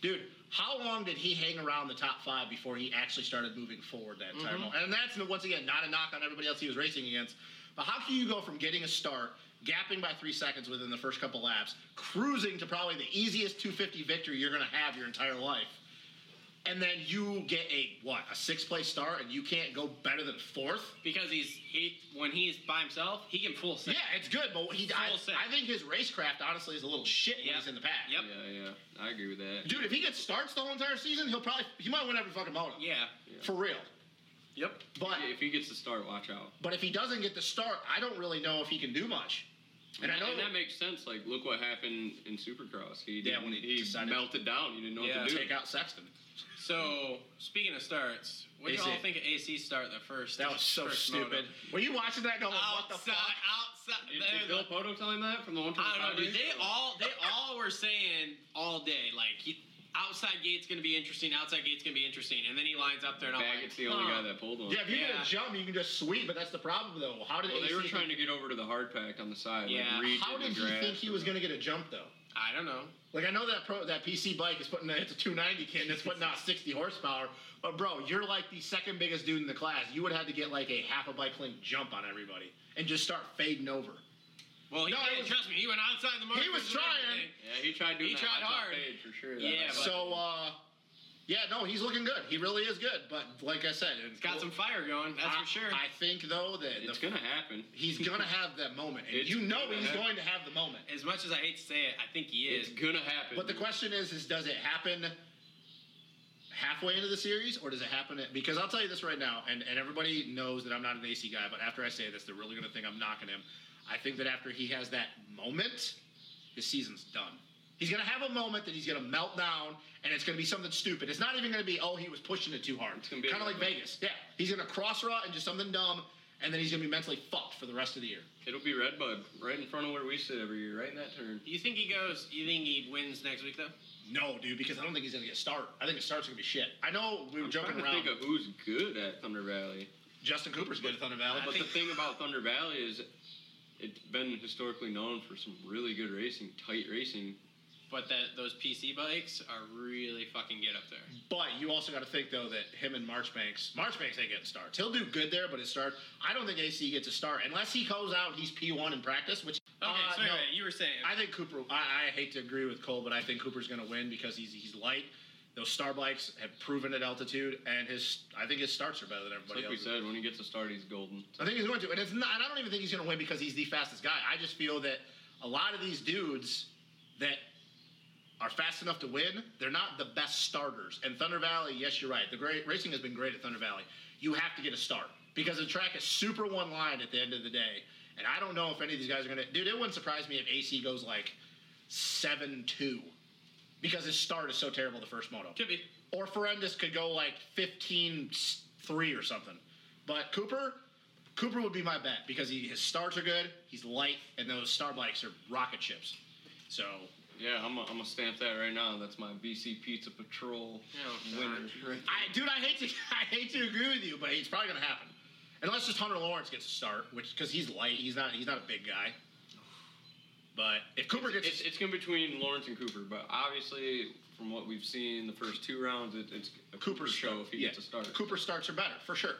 D: Dude, how long did he hang around the top five before he actually started moving forward that entire moment? And that's, once again, not a knock on everybody else he was racing against, but how can you go from getting a start, gapping by three seconds within the first couple laps, cruising to probably the easiest 250 victory you're going to have your entire life? And then you get a what a sixth place start, and you can't go better than fourth.
C: because he's he when he's by himself, he can full set.
D: Yeah, it's good, but he, I,
C: Full set.
D: I think his racecraft honestly is a little shit when
C: Yep.
D: he's in the pack.
C: Yep.
E: Yeah, yeah. I agree with that.
D: Dude, if he gets starts the whole entire season, he'll probably he might win every fucking moto.
C: Yeah.
D: For real.
C: Yep.
D: But
E: If he gets the start, watch out.
D: but if he doesn't get the start, I don't really know if he can do much. And I know
E: that makes sense. Like, look what happened in Supercross. He
D: Yeah,
E: didn't-
D: when he
E: he,
D: decided-
E: melted down. He didn't know
C: Yeah.
E: what to do.
D: take out Sexton.
C: So speaking of starts, what do
D: AC.
C: you all think of AC start the first?
D: That was so
C: first
D: stupid.
C: moto?
D: Were you watching that going, what
C: Outside,
D: the fuck?
C: outside.
E: Did,
C: They're
E: did Bill
C: the-
E: Poto tell him that from the one?
C: I don't know, dude. They all they all were saying all day like he, outside gate's gonna be interesting. Outside gate's gonna be interesting, and then he lines up there and I'm like,
E: Baggett's the only
C: huh.
E: guy that pulled one.
D: Yeah, if you're
C: Yeah.
D: gonna jump, you can just sweep, but that's the problem though. How did
E: Well,
D: AC
E: they were trying to get over to the hard pack on the side.
C: Yeah.
E: Like Reed
D: How
E: in
D: did
E: the
D: he
E: grass
D: think he
E: or-
D: was gonna get a jump though?
C: I don't know.
D: Like I know that pro that PC bike is putting it's a 290 kit and it's putting out 60 horsepower, but bro, you're like the second biggest dude in the class. You would have had to get like a half a bike length jump on everybody and just start fading over.
C: Well, he
D: No, it
C: did.
D: was-
C: trust me. He went outside the market.
D: was trying.
E: Yeah, he tried doing
C: He
E: that
C: tried
E: hot top
C: hard.
E: fade for sure. that
C: Yeah,
E: hot
C: but-
E: top.
D: So uh, yeah, no, he's looking good. He really is good. But like I said, it's
C: He's got some fire going. That's
D: I,
C: for sure.
D: I think though that
E: it's
D: the,
E: gonna happen.
D: he's gonna have that moment, and
E: It's
D: you know
E: gonna
D: he's
E: happen.
D: going to have the moment.
C: as much as I hate to say it, I think he
E: It's
C: is.
E: gonna happen.
D: But the
E: dude.
D: question is, is does it happen halfway into the series, or does it happen? At, because I'll tell you this right now, and, and everybody knows that I'm not an AC guy, but after I say this, they're really going to think I'm knocking him. I think that after he has that moment, his season's done. He's going to have a moment that he's going to melt down, and it's going to be something stupid. It's not even going to be, oh, he was pushing it too hard.
E: gonna be
D: Kind of
E: a-
D: like Vegas. Yeah. He's going to cross rot and do something dumb, and then he's going to be mentally fucked for the rest of the year.
E: It'll be Red Bug right in front of where we sit every year, right in that turn.
C: You think he goes? You think he wins next week though?
D: No, dude, because I don't think he's going to get a start. I think his start's going to be shit. I know we were
E: I'm
D: joking
E: trying to
D: around.
E: think of who's good at Thunder Valley.
D: Justin Cooper's good at Thunder Valley.
E: But the thing about Thunder Valley is it's been historically known for some really good racing, tight racing.
C: But that those PC bikes are really fucking good up there.
D: But you also got to think though that him and Marchbanks, Marchbanks ain't getting starts. He'll do good there, but his start, I don't think AC gets a start unless he goes out. He's P one in practice, which
C: Okay,
D: uh,
C: so
D: no.
C: anyway, you were saying.
D: I think Cooper. I, I hate to agree with Cole, but I think Cooper's going to win because he's he's light. Those star bikes have proven at altitude, and his I think his starts are better than
E: It's
D: everybody
E: like we
D: else.
E: said, when he gets a start, he's golden.
D: I think he's going to, and it's not. And I don't even think he's going to win because he's the fastest guy. I just feel that a lot of these dudes that are fast enough to win. They're not the best starters. And Thunder Valley, yes, you're right. The great racing has been great at Thunder Valley. You have to get a start because the track is super one line at the end of the day. And I don't know if any of these guys are gonna. Dude, it wouldn't surprise me if AC goes like seven two because his start is so terrible the first moto.
C: Could be.
D: Or Ferendis could go like 15 3 or something. But Cooper, Cooper would be my bet because he, his starts are good, he's light, and those star bikes are rocket ships. So,
E: Yeah, I'm gonna I'm gonna stamp that right now. That's my BC Pizza Patrol
C: Oh, God.
E: winner. Right
D: I, dude, I hate to I hate to agree with you, but it's probably gonna happen. Unless just Hunter Lawrence gets a start, which because he's light, he's not he's not a big guy. But if Cooper gets,
E: It's, it's going to be between Lawrence and Cooper, but obviously, from what we've seen the first two rounds, it, it's a Cooper
D: Cooper's
E: show if he
D: yeah,
E: gets a start.
D: Cooper starts are better for sure.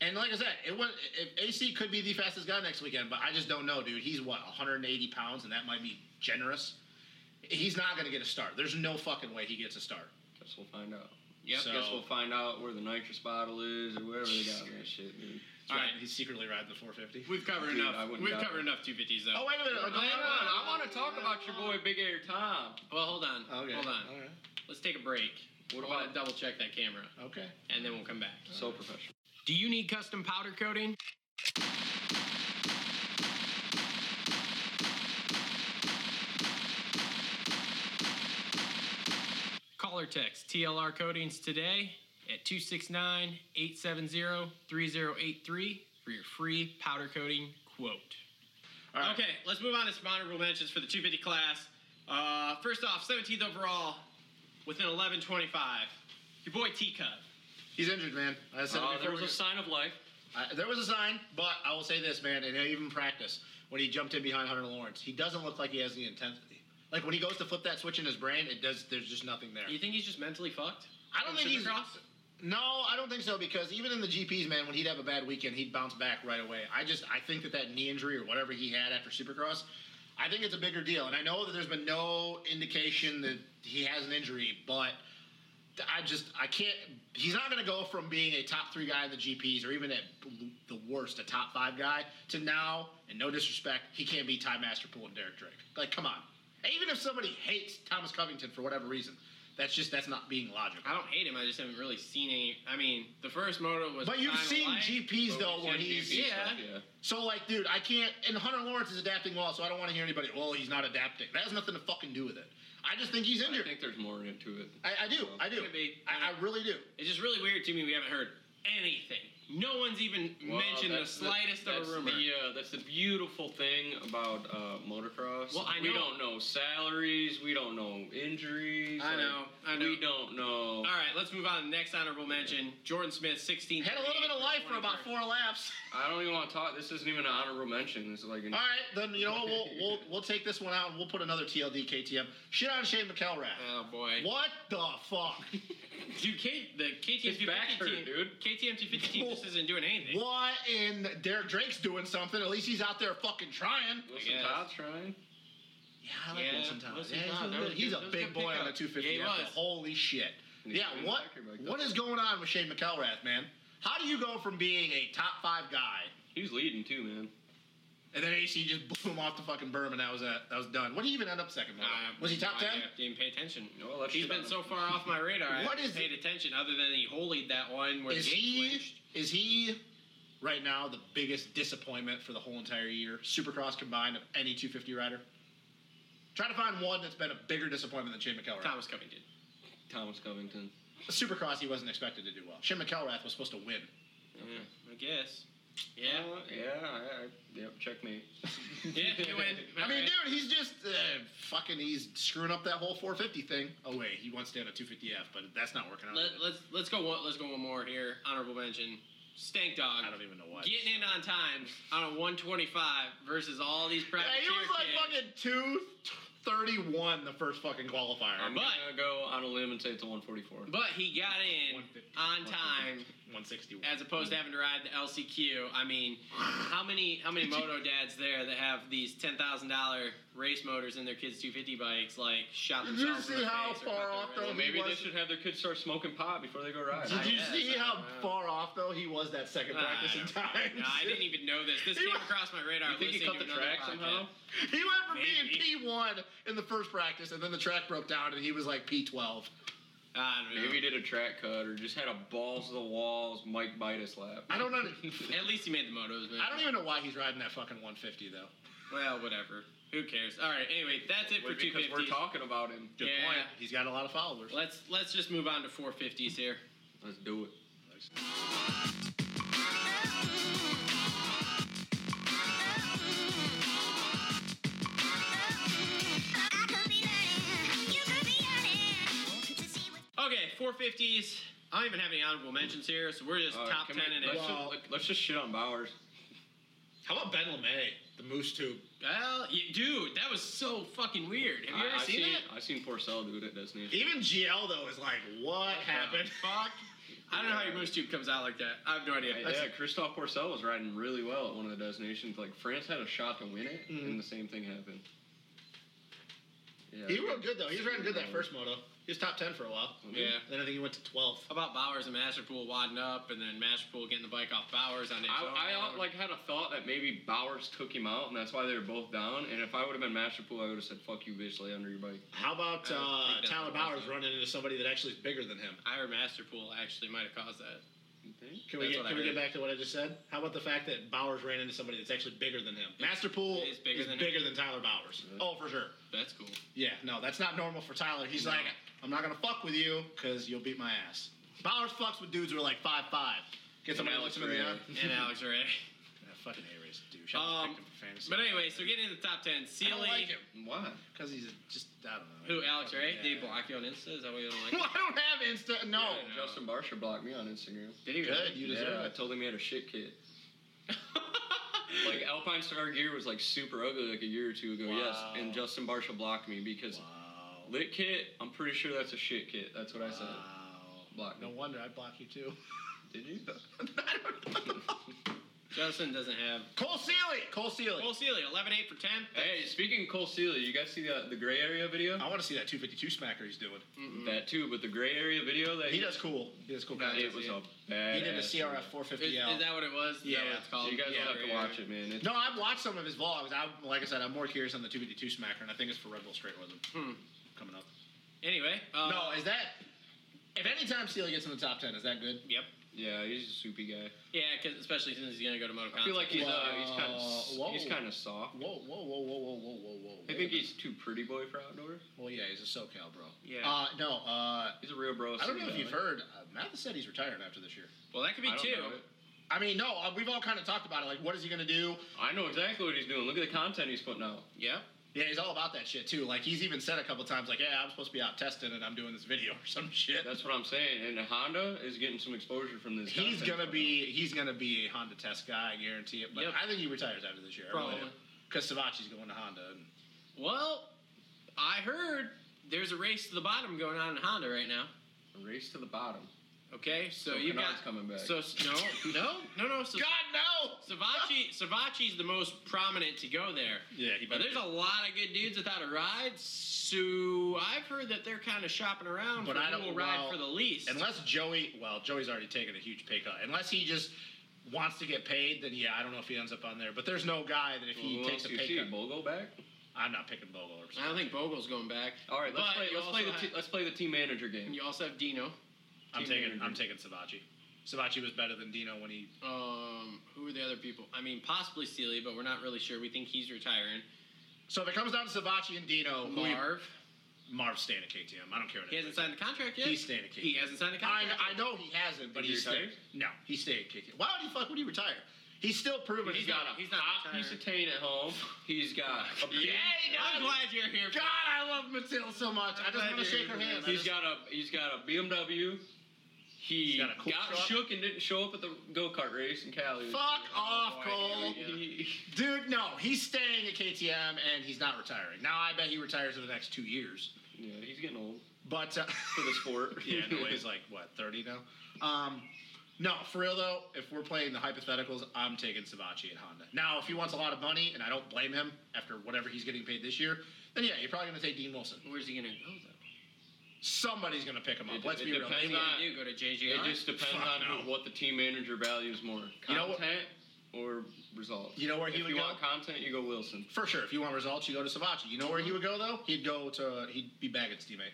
D: And like I said, it was if AC could be the fastest guy next weekend, but I just don't know, dude. He's what 180 pounds, and that might be generous. He's not gonna get a start. There's no fucking way he gets a start.
E: Guess we'll find out.
C: Yep.
D: So-
E: Guess we'll find out where the nitrous bottle is or wherever they got that shit, dude.
C: All right.
D: he's secretly riding the 450.
C: We've covered
E: Dude, I
C: enough.
E: wouldn't
C: We've
E: doubt
C: covered
E: it.
C: enough 250s though.
D: Oh wait a minute!
E: Hang on, I want to talk about your boy Big Air Tom.
C: Well, hold on.
D: Okay.
C: Hold on.
D: All right.
C: Let's take a break.
E: What
C: I want to
E: about-
C: double check that camera,
D: Okay.
C: and then we'll come back.
E: So professional.
C: Do you need custom powder coating? Call or text TLR Coatings today at 269 870 3083 for your free powder coating quote.
D: All right.
C: Okay, let's move on to some honorable mentions for the 250 class. Uh, first off, 17th overall with an 1125. Your boy T Cub.
D: He's injured, man. I said it
E: Uh,
D: before
E: there
D: we
E: was a
D: got-
E: sign of life.
D: I, there was a sign, but I will say this, man, and even in practice, when he jumped in behind Hunter Lawrence, he doesn't look like he has any intensity. Like when he goes to flip that switch in his brain, it does. There's just nothing there.
C: You think he's just mentally fucked?
D: I don't
C: From
D: think he's.
C: Supercross?
D: No, I don't think so because even in the GPS, man, when he'd have a bad weekend, he'd bounce back right away. I just I think that that knee injury or whatever he had after Supercross, I think it's a bigger deal. And I know that there's been no indication that he has an injury, but I just I can't. He's not going to go from being a top three guy in the GPS or even at the worst a top five guy to now. And no disrespect, he can't be Ty Masterpool and Derek Drake. Like, come on. Even if somebody hates Thomas Covington for whatever reason, that's just that's not being logical.
C: I don't hate him. I just haven't really seen any. I mean, the first moto was.
D: But you've
C: Time of
D: seen
C: Life,
D: GPs
C: but
D: though,
C: we've
D: where
C: seen
D: he's
C: GPs.
E: Stuff,
C: Yeah.
E: yeah.
D: so like, dude, I can't. And Hunter Lawrence is adapting well, so I don't want to hear anybody. Well, he's not adapting. That has nothing to fucking do with it. I just think he's
E: I
D: injured. I,
E: think there's more into it.
D: I, do. I do.
C: Could be.
D: I, I really do.
C: It's just really weird to me. We haven't heard anything. No one's even
E: Well,
C: mentioned the
E: that's
C: slightest of
E: that's
C: a rumor.
E: The, uh, that's the beautiful thing about uh, motocross.
C: Well, I
E: We
C: know-
E: don't know salaries. We don't know injuries.
C: I know, I know.
E: We don't
C: All
E: know.
C: right, let's move on to the next honorable mention. Jordan Smith, 16.
D: Had a little bit of life for about four laps.
E: I don't even want to talk. This isn't even an honorable mention. This is like an.
D: All right, then you know what? We'll we'll, we'll take this one out and we'll put another TLD KTM. Shit on Shane McElrath.
C: Oh boy.
D: What the fuck?
C: Dude, K- the KTM
E: His back
C: 250 team,
E: hurt, dude.
C: KTM 250 team just isn't doing anything.
D: what in Derek Drake's doing something? At least he's out there fucking trying.
E: Wilson
C: guess.
E: Todd's trying.
D: Yeah, I like
C: Yeah,
D: Wilson Todd.
C: Wilson
D: yeah, he's
C: Todd,
D: a
C: that
D: good-
C: was
D: He's
C: good-
D: a
C: that was a
D: big
C: good
D: boy on the
C: pickup.
D: 250.
C: Yeah, he
D: after.
C: was.
D: Holy shit.
E: And he's
D: Yeah,
E: doing
D: what
E: factory bike,
D: what
E: though.
D: is going on with Shane McElrath, man? How do you go from being a top five guy
E: He was leading too, man.
D: and then AC just blew him off the fucking berm and that was that that was done? What did he even end up second?
C: Uh,
D: by? was he top
C: no
D: ten?
C: idea. Didn't pay attention.
E: Well, that's
C: He's
E: shit
C: been
E: on
C: so far off my radar. I
D: What
C: haven't
D: is
C: paid attention other than he holied that one where
D: Is
C: the gate
D: he
C: clinched.
D: is he right now the biggest disappointment for the whole entire year, Supercross combined of any 250 rider? Try to find one that's been a bigger disappointment than Shane McElrath.
C: Thomas Covington.
E: Thomas Covington.
D: Supercross, he wasn't expected to do well. Shane McElrath was supposed to win.
C: Yeah, I guess. Yeah.
D: Oh,
E: Uh, yeah. I, I, yep. Checkmate.
C: yeah, he went.
D: I mean,
C: alright.
D: dude, he's just uh, fucking. He's screwing up that whole 450 thing. Oh wait, he wants to have a 250F, but that's not working out.
C: Let, let's let's go one let's go one more here. Honorable mention. Stank dog.
D: I don't even know why.
C: Getting in on time on a 125 versus all these
D: yeah,
C: private
D: he was like fucking 231 the first fucking qualifier.
E: I'm
C: But-
E: gonna go on a limb and say it's a 144.
C: But he got in
D: 150,
C: on time
D: 161.
C: as opposed to having to ride the LCQ. I mean, how many how many moto dads there that have these ten thousand dollar race motors in their kids' 250 bikes like shot
D: Did you
C: themselves in
D: see
C: the
D: how
C: face or
D: far
C: cut their
D: off
C: wrist?
D: those
E: Well, maybe they
D: was-
E: should have their kids start smoking pot before they go ride.
D: Did you
C: guess,
D: see
C: I
D: how
C: don't know.
D: far off though he was that second
C: Ah,
D: practice
C: uh, I
D: in
C: don't
D: time?
C: No, I didn't even know this. This
D: He
C: came
D: went-
C: across my radar.
E: You think he
C: listening to
E: cut the
C: another
E: track
C: podcast.
E: somehow?
D: He went from
C: Maybe.
D: being P1 in the first practice, and then the track broke down, and he was like P12.
C: I don't know.
E: Maybe he did a track cut or just had a balls to the walls Mike Bidas lap.
D: I don't know.
C: At least he made the motos, man.
D: I don't even know why he's riding that fucking 150 though.
C: Well, whatever. Who cares? All right. Anyway, that's it for two
E: because we're
C: fifty.
E: talking about him.
D: Good
C: Yeah.
D: point. He's got a lot of followers.
C: Let's let's just move on to four fifties here.
E: Let's do it.
B: I could be learning, you could be learning. Good to see what.
C: Okay, four fifties. I don't even have any honorable mentions here, so we're just
E: Uh,
C: top
E: can
C: ten
E: we-
C: in it.
E: let's,
C: Well,
D: Wow.
E: just, let- let's just shit on Bowers.
D: How about Ben LeMay, the Moose Tube?
C: y- dude, that was so fucking weird. Have you
E: I,
C: ever
E: I
C: seen
E: seen
C: that?
E: I seen Porcel do it at Disney.
D: Even GL though is like, what happened?
C: Fuck. I don't know how your moose tube comes out like that. I have no idea.
E: Yeah, Christophe Porcel was riding really well at one of the destinations. Like France had a shot to win it,
C: Mm-hmm.
D: Mhm.
E: and the same thing happened. Yeah,
D: He rode good though. He was riding good that first moto. He was top ten for a while.
C: Yeah.
D: And then I think he went to 12th.
C: How about Bowers and Masterpool wadding up, and then Masterpool getting the bike off Bowers on his own?
E: I, I like had a thought that maybe Bowers took him out, and that's why they were both down. And if I would have been Masterpool, I would have said, "Fuck you, bitch, lay under your bike."
D: How about
C: I don't
D: uh,
C: think that's
D: Tyler
C: what it was,
D: Bowers
C: though.
D: running into somebody that actually is bigger than him?
C: I heard Masterpool actually might have caused that.
E: You think?
D: Can we
C: That's
D: get,
C: what I
D: can we
C: heard.
D: get back to what I just said? How about the fact that Bowers ran into somebody that's actually bigger than him? Masterpool
C: He's bigger
D: is
C: than him. Mm-hmm.
D: bigger than Tyler Bowers.
E: Really?
D: Oh, for sure.
C: That's cool.
D: Yeah, no, that's not normal for Tyler. He's
C: No.
D: like, I'm not gonna fuck with you because you'll beat my ass. Bowers fucks with dudes who are like five five. Get somebody
E: And
D: else in the
E: Alex
D: eye.
E: Ray.
C: And Alex Ray.
D: Yeah, fucking Aries, douche. I
C: Um,
D: picked him for fantasy.
C: But anyway, so getting into the top ten,
D: I
C: Sealy.
D: don't like him
E: Why?
D: because he's just I don't know.
C: Who, Alex Ray?
D: Yeah.
C: Did he block you on Insta? Is that why you don't like
D: Well,
C: him?
D: I don't have Insta. No.
C: Yeah, no.
E: Justin Barsha blocked me on Instagram.
C: Did he
D: Good.
C: really?
D: You deserve
E: yeah, I
D: it.
E: told him he had a shit kit. Like Alpine Star Gear was like super ugly like a year or two ago. Yes,
D: Wow.
E: and Justin Barsha blocked me because
D: Wow.
E: lit kit. I'm pretty sure that's a shit kit. That's what I said.
D: Wow.
E: Block
D: No
E: me.
D: wonder I block you too.
E: Did you?
C: Justin doesn't have.
D: Cole Seely. Cole Seely.
C: Cole Sealy, 11 8 for 10.
E: hey, speaking of Cole Seely, you guys see the the gray area video?
D: I want to see that 252 smacker he's doing.
C: Mm-hmm.
E: That too, but the gray area video that
D: He does cool. He does cool.
C: No,
D: content.
E: It was a bad.
D: he did a CRF
C: Is,
D: 450L.
C: is that what it was? Is that
D: Yeah.
C: what it's called?
E: you guys
C: yeah,
E: will have to watch it, man. It's,
D: No, I've watched some of his vlogs. I, like I said, I'm more curious on the 252 smacker, and I think it's for Red Bull Straight with him
C: Hmm.
D: coming up.
C: Anyway. Uh,
D: no, is that if anytime Steely gets in the top 10, is that good?
C: Yep.
E: Yeah, he's a soupy guy.
C: Yeah, 'cause especially since he's going to go to Motocon.
E: I feel like he's uh, he's kind
D: Whoa.
E: of he's kind of soft.
D: Whoa, whoa, whoa, whoa, whoa, whoa, whoa, whoa.
E: I think he's too pretty boy for outdoors.
D: Well, yeah, he's a SoCal bro.
C: Yeah.
D: Uh, no, uh,
E: He's a real bro.
D: I don't know if
E: city
D: you've
E: guy.
D: heard. Uh, Mathis said he's retiring after this year.
C: well, that could be
E: I don't
C: two.
E: know it.
D: I mean, no, uh, we've all kind of talked about it. Like, what is he gonna do?
E: I know exactly what he's doing. Look at the content he's putting out.
C: Yep.
D: Yeah, he's all about that shit too. Like, he's even said a couple times, like, yeah, I'm supposed to be out testing, and I'm doing this video or some shit.
E: That's what I'm saying. And Honda is getting some exposure from this.
D: He's
E: content
D: gonna
E: putting
D: be he's gonna be a Honda test guy, I guarantee it. But
C: Yep.
D: I think he retires after this year. I really
C: Probably.
D: do. Because Savachi's going to Honda. And
C: Well, I heard there's a race to the bottom going on in Honda right now.
E: out. race to the bottom.
C: Okay, so,
E: So
C: you
E: Canard's
C: got
E: coming back.
C: So no, no, no, no. So
D: God no!
C: Savachi, Savachi's the most prominent to go there.
D: Yeah, he
C: But
D: better.
C: there's a lot of good dudes without a ride, so I've heard that they're kind of shopping around
D: But
C: for
D: I
C: who
D: don't-
C: will ride
D: well,
C: for the least.
D: Unless Joey, well, Joey's already taken a huge pay cut. Unless he just wants to get paid, then yeah, I don't know if he ends up on there. But there's no guy that if he
E: Who
D: takes
E: else
D: a
E: do you
D: pay
E: see?
D: cut,
E: Bogle back.
D: I'm not picking Bogle or
C: I
D: something.
C: don't think Bogle's going back.
E: All right, let's
C: But
E: play.
C: you
E: Let's play the
C: also
E: t-
C: have-
E: let's play the team manager game.
C: And you also have Dino.
D: I'm
E: Team
D: taking
E: manager.
D: I'm taking Savachi. Savachi was better than Dino when he.
C: Um, who are the other people? I mean, possibly Sealy, but we're not really sure. We think he's retiring.
D: So if it comes down to Savachi and Dino, who we-
C: Marv.
D: Marv's staying at KTM. I don't care what
C: He hasn't signed the contract yet.
D: He's staying at KTM.
C: He hasn't signed the
D: I,
C: contract.
D: I know he hasn't, but
E: Did he
D: he's
E: retire?
D: staying. No, he stayed at KTM. Why would he fuck? Would he retire? He's still proven
C: He's not. He's not.
E: Hot
C: retiring.
E: piece of taint at home. He's got. A,
D: Yeah, he does.
C: I'm glad you're here.
D: God, I love Matilda so much. I
C: I'm
D: just
C: glad
D: want to
C: you're
D: shake
C: here,
D: her
C: man.
D: hand. I
E: He's
D: just-
E: got a he's got a BMW. He
D: He's got a cool
E: got
D: truck.
E: shook and didn't show up at the go kart race in Cali.
D: Fuck off,
C: boy,
D: Cole.
C: dude.
E: He-
D: Dude, no, he's staying at KTM and he's not retiring. Now I bet he retires in the next two years.
E: yeah, he's getting old
D: But uh,
E: for the sport.
D: yeah, no, he's like what thirty now. Um, no, for real though, if we're playing the hypotheticals, I'm taking Savachi at Honda. Now, if he wants a lot of money, and I don't blame him after whatever he's getting paid this year, then yeah, you're probably gonna take Dean Wilson.
C: Where's he gonna go though?
D: Somebody's gonna pick him up.
E: It-
D: Let's
E: it
D: be real.
E: depends
C: What's he
E: on-
C: gonna do? Go to JGR?
E: It just depends
D: Fuck
E: on
D: no.
E: who- what the team manager values more. Content
D: You know what-
E: or results.
D: You know where he
E: if
D: would
E: you
D: go?
E: want content, you go Wilson.
D: For sure. If you want results, you go to Savachi. You know where he would go though? He'd go to he'd be Baggett's teammate.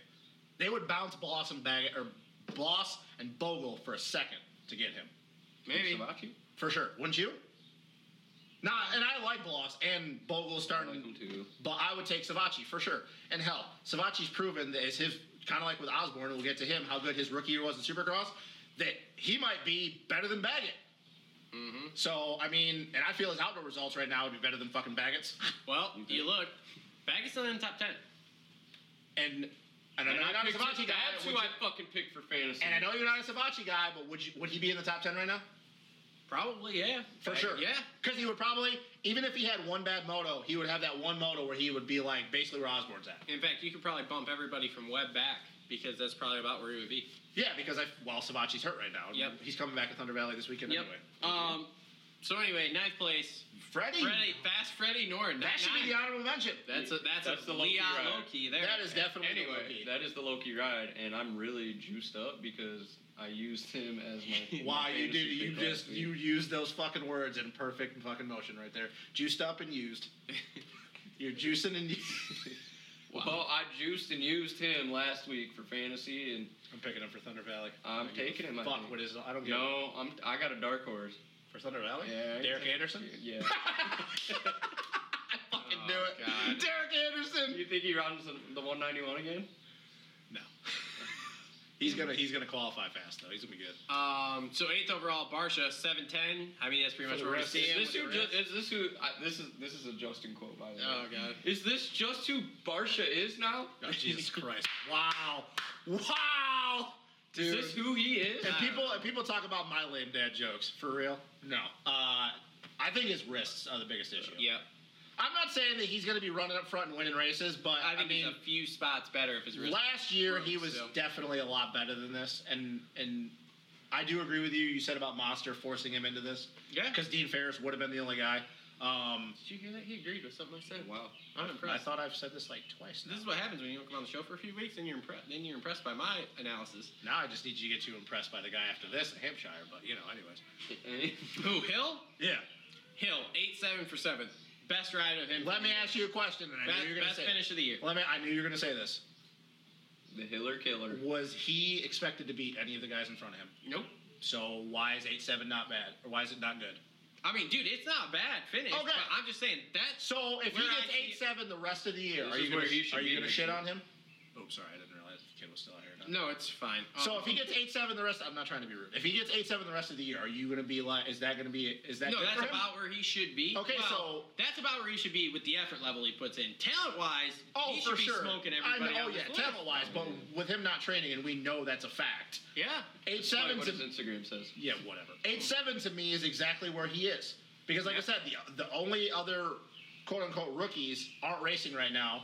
D: They would bounce Bloss and Baggett or Bloss and Bogle for a second to get him.
C: Maybe.
E: Savachi.
D: For sure. Wouldn't you? Nah, and I like Bloss and Bogle
E: I
D: starting
E: like him too.
D: But I would take Savachi for sure. And hell, Savachi's proven that as his kind of like with Osborne, and we'll get to him how good his rookie year was in Supercross, that he might be better than Baggett.
C: Mhm.
D: So I mean, and I feel his outdoor results right now would be better than fucking Baggett's.
C: Well,
E: You did.
C: you look. Baggett's still in the top ten.
D: And and I know
E: And
D: you're not a
E: picked-
D: Savachi guy.
E: That's
D: would
E: who I
D: you-
E: fucking picked for fantasy.
D: and I know you're not a Savachi guy, but would you, would he be in the top ten right now?
C: Probably, yeah.
D: For
C: Baggett,
D: sure.
C: Yeah.
D: Because he would probably, even if he had one bad moto, he would have that one moto where he would be like basically where Osborne's at.
C: In fact, you could probably bump everybody from Webb back because that's probably about where he would be.
D: Yeah, because I well, Savachi's hurt right now.
C: Yep.
D: He's coming back to Thunder Valley this weekend anyway.
C: Um. So anyway, ninth place.
D: Freddie.
C: Freddie, fast Freddie Norton.
D: That should be the
C: ninth.
D: honorable mention.
C: That's a that's,
E: That's
C: a
E: the
C: Leon
E: Loki ride.
C: Loki there.
D: that is definitely the
E: Anyway,
D: Loki.
E: that is the Loki ride, and I'm really juiced up because I used him as my.
D: Wow,
E: my
D: you do
E: fantasy
D: you
E: pick last
D: just
E: week.
D: you used those fucking words in perfect fucking motion right there. Juiced up and used. You're juicing and
E: Well, I juiced and used him last week for fantasy, and
D: I'm picking him for Thunder Valley.
E: I'm
D: I don't give
E: taking him.
D: a
E: I
D: Fuck
E: think.
D: what is I don't give a-
E: No, I'm. I got a dark horse.
D: for Thunder Valley.
E: Yeah, I
D: Derek
E: can-
D: Anderson.
E: Yeah.
D: I fucking
C: Oh,
D: knew it.
C: God.
D: Derek Anderson.
E: you think he rounds the 191 again?
D: No. he's gonna he's gonna qualify fast though. He's gonna be good.
C: Um. So eighth overall, Barsha, seven ten. I mean, that's pretty
D: For
C: much
D: the
C: where we
D: rest
C: see
D: of
C: him.
E: Is this
C: with
E: who?
C: the
E: Just,
C: rest.
E: is this who? I, this is this is a Justin quote by the way.
C: Oh god.
E: Is this just who Barsha is now?
D: Oh, Jesus Christ! Wow, wow,
E: Is this who he is?
D: And
C: I
D: people
C: don't know.
D: and people talk about my lame dad jokes for real. No, uh, I think his wrists are the biggest issue.
C: Yep.
D: I'm not saying that he's going to be running up front and winning races, but
C: I
D: I,
C: think
D: mean,
C: he's a few spots better if his wrist.
D: last year he
C: broke,
D: was
C: so.
D: definitely a lot better than this, and and I do agree with you. You said about Monster forcing him into this
C: yeah.
D: because Dean Ferris would have been the only guy. Um,
C: Did you hear that? He agreed with something I said.
E: Wow.
C: I'm
D: I
C: impressed.
D: thought I've said this like twice. Now.
C: This is what happens when you don't come on the show for a few weeks, and you're impressed. Then you're impressed by my analysis.
D: Now I just need you to get you impressed by the guy after this in Hampshire, but you know, anyways.
C: Who? Hill?
D: Yeah.
C: Hill, eight seven for seventh. Best ride of him.
D: Let me ask you a question, and I
C: Best,
D: knew you were gonna
C: best
D: say.
C: finish of the year.
D: Let me. I knew you were gonna say this.
E: the Hiller Killer.
D: Was he expected to beat any of the guys in front of him?
C: Nope.
D: So why is eight seven not bad, or why is it not good?
C: I mean, dude, it's not a bad finish.
D: Okay.
C: But I'm just saying that's
D: So if
C: Where
D: he
C: I
D: gets eight seven the rest of the year,
E: This
D: are
E: is
D: you gonna
E: where he should
D: are
E: be
D: you gonna
E: next
D: shit
E: year.
D: on him? Oops, sorry, I didn't realize the kid was still out here. now.
C: no, it's fine.
D: So
C: Um,
D: if he gets eight seven the rest, I'm not trying to be rude. If he gets eight seven the rest of the year, are you gonna be like, is that gonna be, is that
C: no,
D: good
C: that's
D: for him?
C: about where he should be.
D: Okay,
C: Well,
D: so-
C: that's about where he should be with the effort level he puts in. Talent wise,
D: Oh,
C: he should
D: for
C: be
D: sure.
C: smoking
D: I
C: everybody.
D: mean,
C: on
D: oh
C: this
D: yeah,
C: list.
D: talent wise, but with him not training, and we know that's a fact.
C: Yeah.
D: Eight
E: Like
D: seven
E: what
D: to
E: his Instagram says.
D: yeah, whatever. Eight seven to me is exactly where he is because, like I said, the the only other quote unquote rookies aren't racing right now,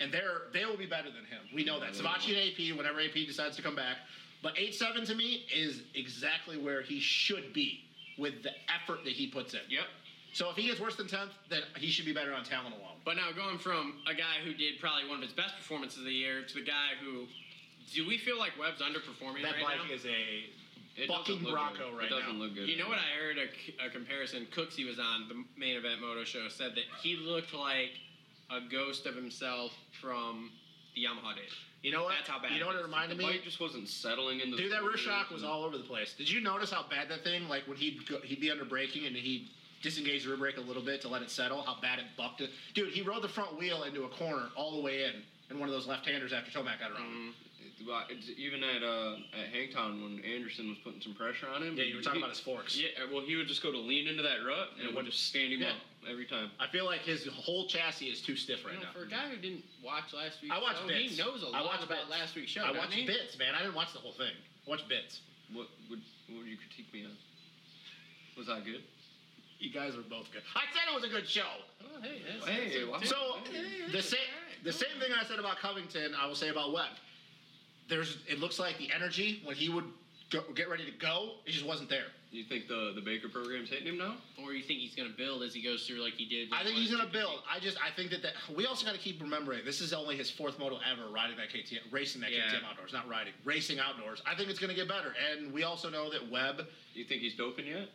D: and they're they will be better than him. We know that Savachi and AP whenever AP decides to come back, but eight seven to me is exactly where he should be with the effort that he puts in.
C: Yep.
D: So if he gets worse than tenth, then he should be better on talent alone.
C: But now going from a guy who did probably one of his best performances of the year to the guy who, do we feel like Webb's underperforming
D: That
C: right
D: bike
C: now?
D: is a
E: It
D: Fucking
E: doesn't look
D: Bronco
E: good.
D: right
E: It doesn't
D: now.
E: look good.
C: You know what? I heard a, c- a comparison. Cooksey was on the main event moto show. Said that he looked like a ghost of himself from the Yamaha days.
D: you know what?
C: That's how bad
D: You know
C: it
D: what
C: is.
D: it reminded
E: The
D: me?
E: bike just wasn't settling into.
D: Dude,
E: the
D: that rear
E: corners
D: shock was
E: and-
D: all over the place. Did you notice how bad that thing? Like when he'd go, he'd be under braking and he'd disengage the rear brake a little bit to let it settle. How bad it bucked it. Dude, he rode the front wheel into a corner all the way in, and one of those left-handers after Tomac got around. him.
E: Well, it's even at uh, at Hangtown when Anderson was putting some pressure on him.
D: Yeah, you were talking
E: he-
D: about his forks.
E: Yeah, uh, well, he would just go to lean into that rut and it would just stand him
D: Yeah.
E: up every time.
D: I feel like his whole chassis is too stiff right
C: You know,
D: now.
C: for a guy who didn't watch last week's
D: I watched
C: show,
D: bits.
C: he knows a
D: I
C: lot
D: watched
C: about
D: bits.
C: last week's show.
D: I
C: doesn't
D: watched
C: he?
D: bits, man. I didn't watch the whole thing. I watched bits.
E: What would what would you critique me on? Was that good?
D: You guys were both good. I said it was a good show.
C: Oh, hey, that's,
E: Hey,
C: that's a-
E: wow.
C: dude,
D: So
C: hey,
D: the
C: that's
D: same
C: alright.
D: the same thing I said about Covington, I will say about Webb. There's it looks like the energy when he would go, get ready to go, it just wasn't there.
E: You think the the Baker program's hitting him now?
C: Or you think he's gonna build as he goes through, like he did?
D: I
C: with
D: think he's
C: one
D: gonna
C: two, three.
D: build. I just I think that, that we also got to keep remembering this is only his fourth moto ever riding that KTM, racing that
C: Yeah.
D: KTM outdoors, not riding, racing outdoors. I think it's gonna get better, and we also know that Webb.
E: You think he's doping yet?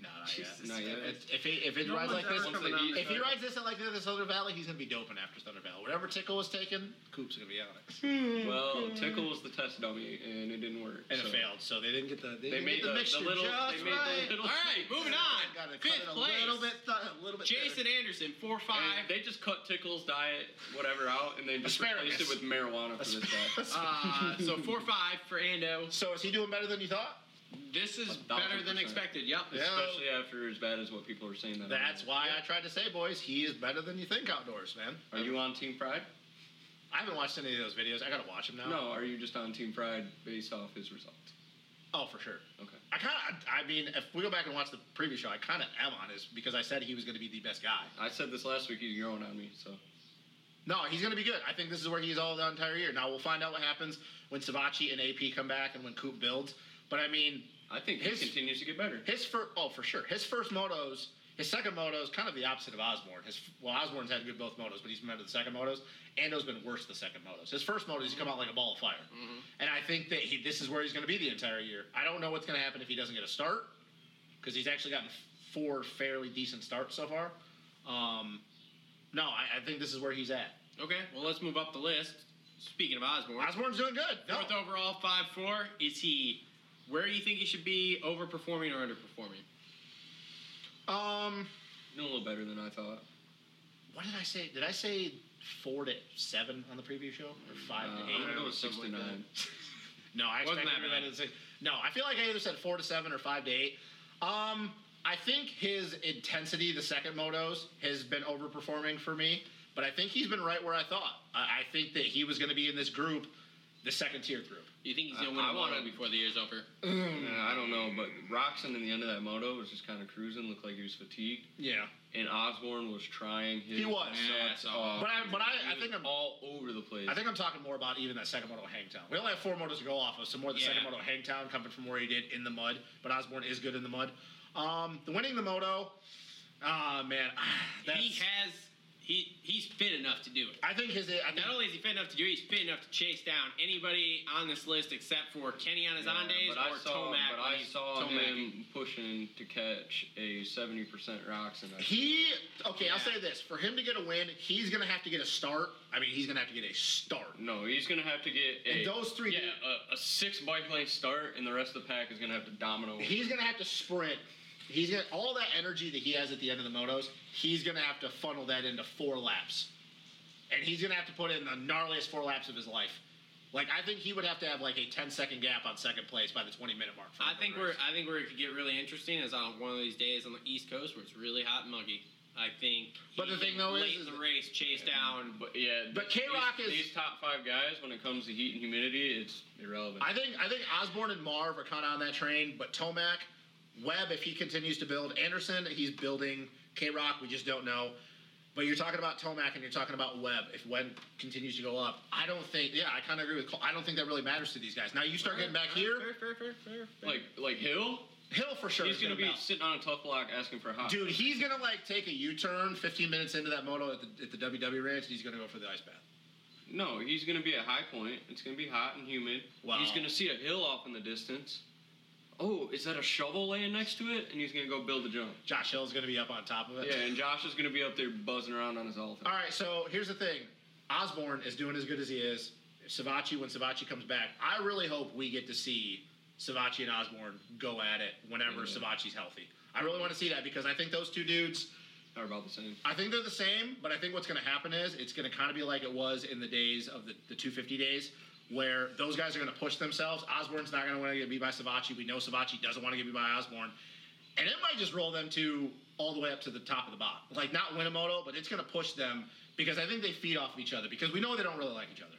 C: Not yet.
E: Not yet.
D: If, if he if it
C: No
D: rides
C: one's
D: like this,
C: ever coming on
D: if he
C: this.
D: rides this and like this Thunder Valley, he's gonna be doping after Thunder Valley. Whatever tickle was taken, Coop's gonna be Alex, and
E: Well, Tickle was the test dummy, and it didn't work.
D: it
E: so-
D: failed. So they didn't get the they, didn't
E: They
D: get the,
E: made the- the
D: mixture
E: little-
D: just
E: they made the
D: right.
E: little-
C: All right, moving on.
D: Got to cut it
C: Fifth
D: a
C: place.
D: little bit, th- a little bit.
C: Jason Anderson, four
E: And
C: five.
E: They just cut Tickle's diet, whatever, out, and they just
D: Asparagus.
E: replaced it with marijuana for this
D: better.
E: guy.
C: Uh, so four five for Ando.
D: so is he doing better than you thought?
C: This is
E: thousand
C: better than
E: percent.
C: expected. Yep.
D: Yeah.
E: Especially after as bad as what people are saying. That
D: That's why I tried to say, boys, he is better than you think outdoors, man.
E: Are you on Team Pride?
D: I haven't watched any of those videos. I gotta watch them now.
E: No. Are you just on Team Pride based off his results?
D: Oh, for sure.
E: Okay.
D: I kind of, I mean, if we go back and watch the previous show, I kind of am honest because I said he was going to be the best guy.
E: I said this last week. He's growing on me, so
D: No, he's going to be good. I think this is where he's all the entire year. Now we'll find out what happens when Savachi and AP come back and when Coop builds. But I mean,
E: I think
D: His-
E: he continues to get better.
D: his first, oh, for sure. His first motos, his second moto is kind of the opposite of Osborne. His Well, Osborne's had good both motos, but he's been better the second motos. Ando's been worse the second motos. His first motos, he's come out like a ball of fire. And I think that he, this is where he's going to be the entire year. I don't know what's going to happen if he doesn't get a start because he's actually gotten four fairly decent starts so far. Um, no, I, I think this is where he's at.
C: Okay. Well, let's move up the list. Speaking of Osborne,
D: Osborne's doing good. No.
C: fourth overall, five four. Is he where you think he should be? Overperforming or underperforming?
D: Um,
E: Doing a little better than I thought.
D: what did I say? Did I say four to seven on the preview show or
E: Uh,
D: five to eight?
E: I'm gonna go with
D: Something like that.
E: sixty-nine.
D: No, I
C: Wasn't
D: expected him
C: that
D: to be
C: bad.
D: better than six. No, I feel like I either said four to seven or five to eight. Um, I think his intensity, the second motos, has been overperforming for me. But I think he's been right where I thought. I, I think that he was going to be in this group, the second tier group.
C: You think he's
E: I-
C: gonna win
E: I
C: a moto
E: wanna-
C: before the year's over?
E: Uh, I don't know, but Roxon in the end of that moto was just kind of cruising. Looked like he was fatigued,
D: Yeah.
E: and Osborne was trying his.
D: He was.
E: nuts
C: Yeah, I saw
E: off.
D: But I, but
E: He
D: I, I
E: was
D: think I'm.
E: all over the place.
D: I think I'm talking more about even that second moto hangtown. We only have four motos to go off of, so more the
C: Yeah.
D: second moto hangtown coming from where he did in the mud. But Osborne is good in the mud. Um, the winning the moto, ah man, that's,
C: He has. He he's fit enough to do it.
D: I think his I think
C: Not only is he fit enough to do, it, he's fit enough to chase down anybys on this list except for Kenny on his
E: Yeah,
C: on days
E: but I
C: or
E: saw,
C: Tomac.
E: But
C: when
E: I
C: he's
E: saw
C: Tomacking.
E: him pushing to catch a seventy percent rocks, and I,
D: He okay. I'll
C: Yeah.
D: say this: for him to get a win, he's gonna have to get a start. I mean, he's gonna have to get a start.
E: no, he's gonna have to get a,
D: And those three
E: yeah,
D: dudes-
E: a, a six bike lane start, and the rest of the pack is gonna have to domino.
D: He's gonna have to sprint. He's gonna all that energy that he has at the end of the motos. He's gonna have to funnel that into four laps, and he's gonna have to put in the gnarliest four laps of his life. Like I think he would have to have like a 10 second gap on second place by the 20 minute mark. for
C: I
D: the
C: think
D: race.
C: we're. I think where it could get really interesting is on one of these days on the East Coast where it's really hot and muggy. I think.
D: But
C: he
D: the thing,
C: can
D: though, is-
C: late
D: is
C: in the
D: that-
C: race, chase down.
E: But yeah,
D: But
E: these-
D: K-Rock
E: these-
D: is-
E: these top five guys when it comes to heat and humidity, it's irrelevant.
D: I think I think Osborne and Marv are kind of on that train, but Tomac, Webb, if he continues to build, Anderson, he's building. K Rock, we just don't know. But you're talking about Tomac and you're talking about Webb. If Webb continues to go up, I don't think. Yeah, I kind of agree with. Cole. I don't think that really matters to these guys. Now you start getting back here,
C: Fair, fair, fair, fair, fair.
E: like like Hill,
D: Hill for sure.
E: he's
D: is
E: gonna, be
D: melt.
E: sitting on a tough block asking for hot.
D: Dude, he's gonna like take a U-turn 15 minutes into that moto at the, at the WW Ranch, and he's gonna go for the ice bath.
E: No, he's gonna be at high point. It's gonna be hot and humid.
D: Wow.
E: He's gonna see a hill off in the distance. Oh, is that a shovel laying next to it? And he's gonna go build a jump.
D: Josh Hill's gonna be up on top of it.
E: Yeah, and Josh is gonna be up there buzzing around on his elephant.
D: All right, so here's the thing. Osborne is doing as good as he is. Savachi, when Savachi comes back, I really hope we get to see Savachi and Osborne go at it whenever Savachi's healthy. I really want to see that because I think those two dudes,
E: Are about the same.
D: I think they're the same, but I think what's going to happen is it's going to kind of be like it was in the days of the, the 250 days where those guys are going to push themselves. Osborne's not going to want to get beat by Savachi. We know Savachi doesn't want to get beat by Osborne. And it might just roll them to all the way up to the top of the bot. Like, not win a moto, but it's going to push them because I think they feed off of each other because we know they don't really like each other.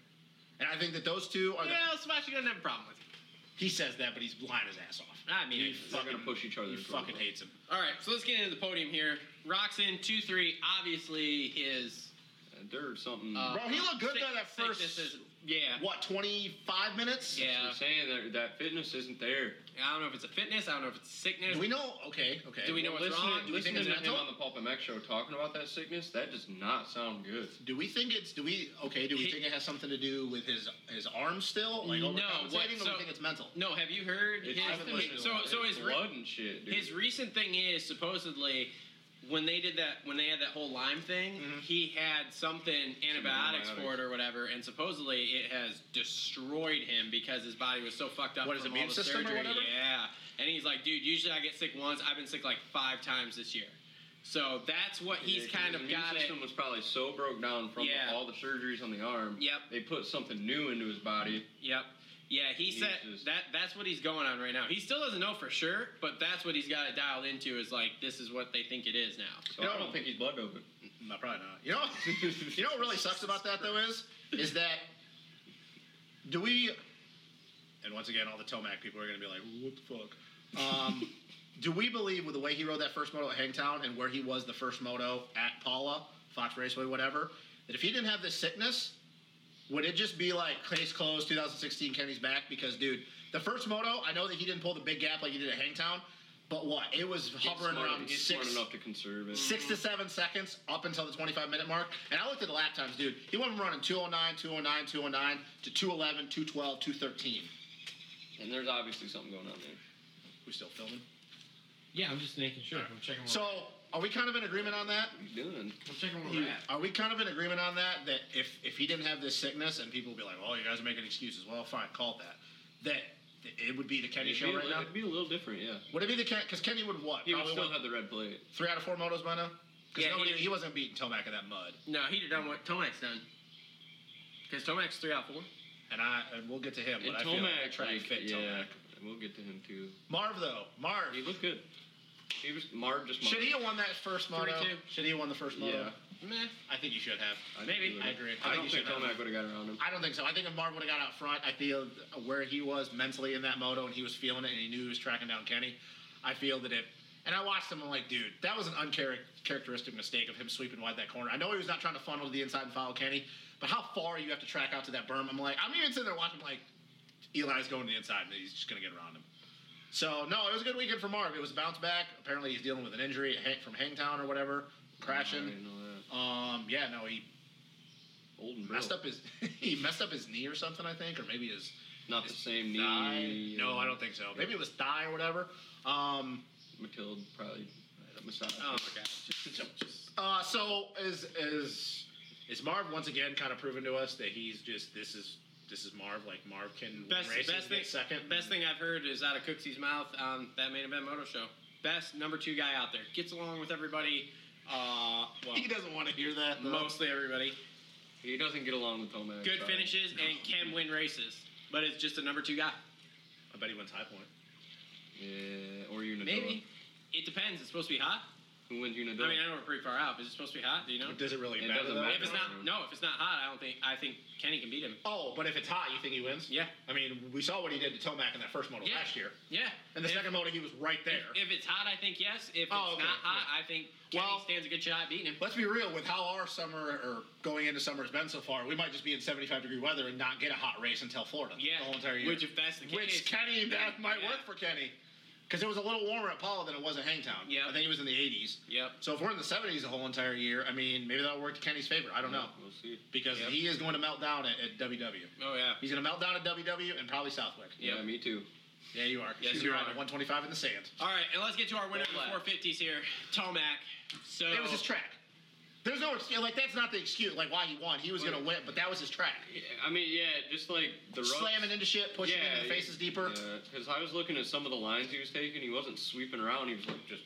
D: And I think that those two are
C: Yeah, Sebastian doesn't have a problem with it.
D: the. He says that, but he's lying his ass off.
C: I mean,
D: he
C: it's-
E: They're
D: fucking,
E: gonna push each other.
D: he
E: to go
D: fucking
E: up.
D: hates him.
C: All right, so let's get into the podium here. Roxon two three. Obviously, his
E: Uh, There's something.
C: uh,
D: Bro, he looked good
C: sick-
D: there that first-
C: sickness is Yeah.
D: What, 25 minutes?
C: Yeah.
E: You're saying that that fitness isn't there.
C: I don't know if it's a fitness. I don't know if it's sickness.
D: Do we know? Okay, okay.
C: Do we know what's
E: Listening,
C: wrong?
D: we
E: listening
D: think
E: to
D: it's
E: him
D: mental?
E: on the Pulp MX show talking about that sickness, that does not sound good.
D: Do we think it's do we okay? Do we
C: He-
D: think it has something to do with his his arm still like
C: No,
D: overcompensating,
C: what-
D: or do
C: so-
D: we think it's mental?
C: no, have you heard?
E: It's
C: his-
E: just
D: haven't listened to
C: so
D: him.
C: so his re-
E: blood and shit, dude.
C: His recent thing is supposedly when they did that when they had that whole Lyme thing, he had something antibiotics for it or whatever, and supposedly it has destroyed him because his body was so fucked up
D: What,
C: from
D: his
C: all
D: immune
C: the
D: system or
C: surgery.
D: whatever?
C: Yeah, and he's like, dude, usually I get sick once. I've been sick like five times this year, so that's what he's
E: Yeah,
C: kind
E: his
C: of
E: immune
C: got it.
E: system was probably so broke down from
C: Yeah.
E: all the surgeries on the arm.
C: Yep.
E: They put something new into his body.
C: Yep. Yeah, he
E: He's
C: said
E: just-
C: that that's what he's going on right now. He still doesn't know for sure, but that's what he's got it dialed into is like this is what they think it is now.
E: So
D: You
E: I
D: know-
E: don't think he's blood doping.
D: No, probably not. You know, you know what really sucks about that though is, is that do we? And once again, all the Tomac people are going to be like, "What the fuck?" Um, do we believe with the way he rode that first moto at Hangtown and where he was the first moto at Paula, Fox Raceway, whatever, that if he didn't have this sickness, would it just be like case closed 2016 Kenny's back? Because dude, the first moto, I know that he didn't pull the big gap like he did at Hangtown, but what it was
E: He's
D: hovering
E: smart-
D: around
E: he's
D: six
E: smart enough to conserve it.
D: six to seven seconds up until the 25 minute mark. And I looked at the lap times, dude. He went from running 209, 209, 209 to 211, 212, 213.
E: And there's obviously something going on there.
D: We're still filming.
F: Yeah, I'm just making sure. I'm checking. Where,
D: So, are we kind of in agreement on that?
E: What are you doing?
F: I'm checking
E: Oh,
F: where we're at.
D: Are we kind of in agreement on that? That if, if he didn't have this sickness and people would be like, oh, you guys are making excuses. Well, fine, call it that. That it would be the Kenny
E: It'd
D: show
E: be a
D: right
E: li-
D: now?
E: It'd be a little different, yeah.
D: Would it be the Kenny? Because Kenny would what?
E: He would
D: Probably
E: still
D: what,
E: have the red plate.
D: three out of four motos by now? Because
C: Yeah, he
D: nobody,
C: did-
D: he, wasn't beating Tomac in that mud.
C: No, he'd have done what Tomac's done. Because Tomac's three out of four.
D: And I and we'll get to him.
E: And
D: But I feel like I
E: Tomac,
D: try and
E: like,
D: fit
E: yeah,
D: Tomac.
E: and we'll get to him too.
D: Marv though, Marv.
E: He looked good. He was Marv just.
D: Should he have won that first moto?
C: 32.
D: Should he have won the first moto?
E: Yeah.
C: Meh.
D: I think he should have.
C: Maybe.
D: I agree.
E: I,
D: I
E: don't
D: think he
E: think
D: should have.
E: Tomac would have got around him.
D: I don't think so. I think if Marv would have got out front, I feel where he was mentally in that moto and he was feeling it and he knew he was tracking down Kenny, I feel that it. And I watched him. I'm like, dude, that was an uncharacteristic mistake of him sweeping wide that corner. I know he was not trying to funnel to the inside and follow Kenny, but how far you have to track out to that berm? I'm like, I'm even sitting there watching like Eli's going to the inside and he's just gonna get around him. So no, it was a good weekend for Marv. It was a bounce back. Apparently he's dealing with an injury at Hang- from Hangtown or whatever,
E: I
D: crashing.
E: didn't know that.
D: Um, yeah, no, he
E: Old and
D: messed
E: brittle.
D: up his he messed up his knee or something, I think, or maybe his
E: Not the same
D: thigh.
E: knee.
D: No, I don't think so. Maybe it was thigh or whatever. Um,
E: Matilde probably massage.
C: Oh my god.
D: uh, so is is is Marv once again kind of proven to us that he's just this is this is Marv like Marv can
C: Best,
D: race
C: best thing.
D: second
C: Best thing I've heard is out of Cooksey's mouth. Um, that main event moto show. Best number two guy out there. Gets along with everybody. Uh, well,
D: He doesn't want to hear that. though.
C: mostly everybody.
E: He doesn't get along with Tomac.
C: Good
E: sorry.
C: finishes and can win races. But it's just a number two guy.
D: I bet he wins high point.
E: Yeah, or Unadilla.
C: Maybe. It depends. It's supposed to be hot.
E: Who wins Unadilla?
C: I mean, I know we're pretty far out. But is it supposed to be hot? Do you know?
D: Does it really
E: It
D: matter?
E: doesn't
D: though?
E: matter.
C: If it's not, no. If it's not hot, I don't think. I think Kenny can beat him.
D: Oh, but if it's hot, you think he wins?
C: Yeah.
D: I mean, we saw what he did to Tomac in that first moto
C: Yeah.
D: last year.
C: Yeah.
D: And the
C: If-
D: second moto, he was right there.
C: If it's hot, I think yes. If it's
D: Oh, okay,
C: not hot, I think Kenny
D: Well-
C: stands a good shot at beating him.
D: Let's be real with how our summer or going into summer has been so far. We might just be in 75 degree weather and not get a hot race until Florida.
C: Yeah,
D: the whole entire year.
C: which if that's the
D: Which
C: case-
D: Kenny that might
C: Yeah.
D: work for Kenny because it was a little warmer at Paula than it was at Hangtown.
C: Yep.
D: I think it was in the 80s.
C: Yep.
D: So if we're in the 70s the whole entire year, I mean, maybe that'll work to Kenny's favor. I don't know
E: We'll see.
D: because
C: Yep.
D: he is going to melt down at, at WW.
C: Oh yeah.
D: He's going to melt down at WW and probably Southwick.
E: Yeah, me too.
D: Yeah, you are.
C: Yes,
D: You're
C: you
D: riding
C: are.
D: at 125 in the sand.
C: All right, and let's get to our winner of
E: Hold
C: the 450s here, Tomac. So
D: It was his track. There's no excuse. Like that's not the excuse. Like why he won. He was going to win, but that was his track.
E: Yeah, I mean, yeah, just like the rough.
D: slamming into shit, pushing into the faces deeper.
E: Because I was looking at some of the lines he was taking. He wasn't sweeping around. He was like just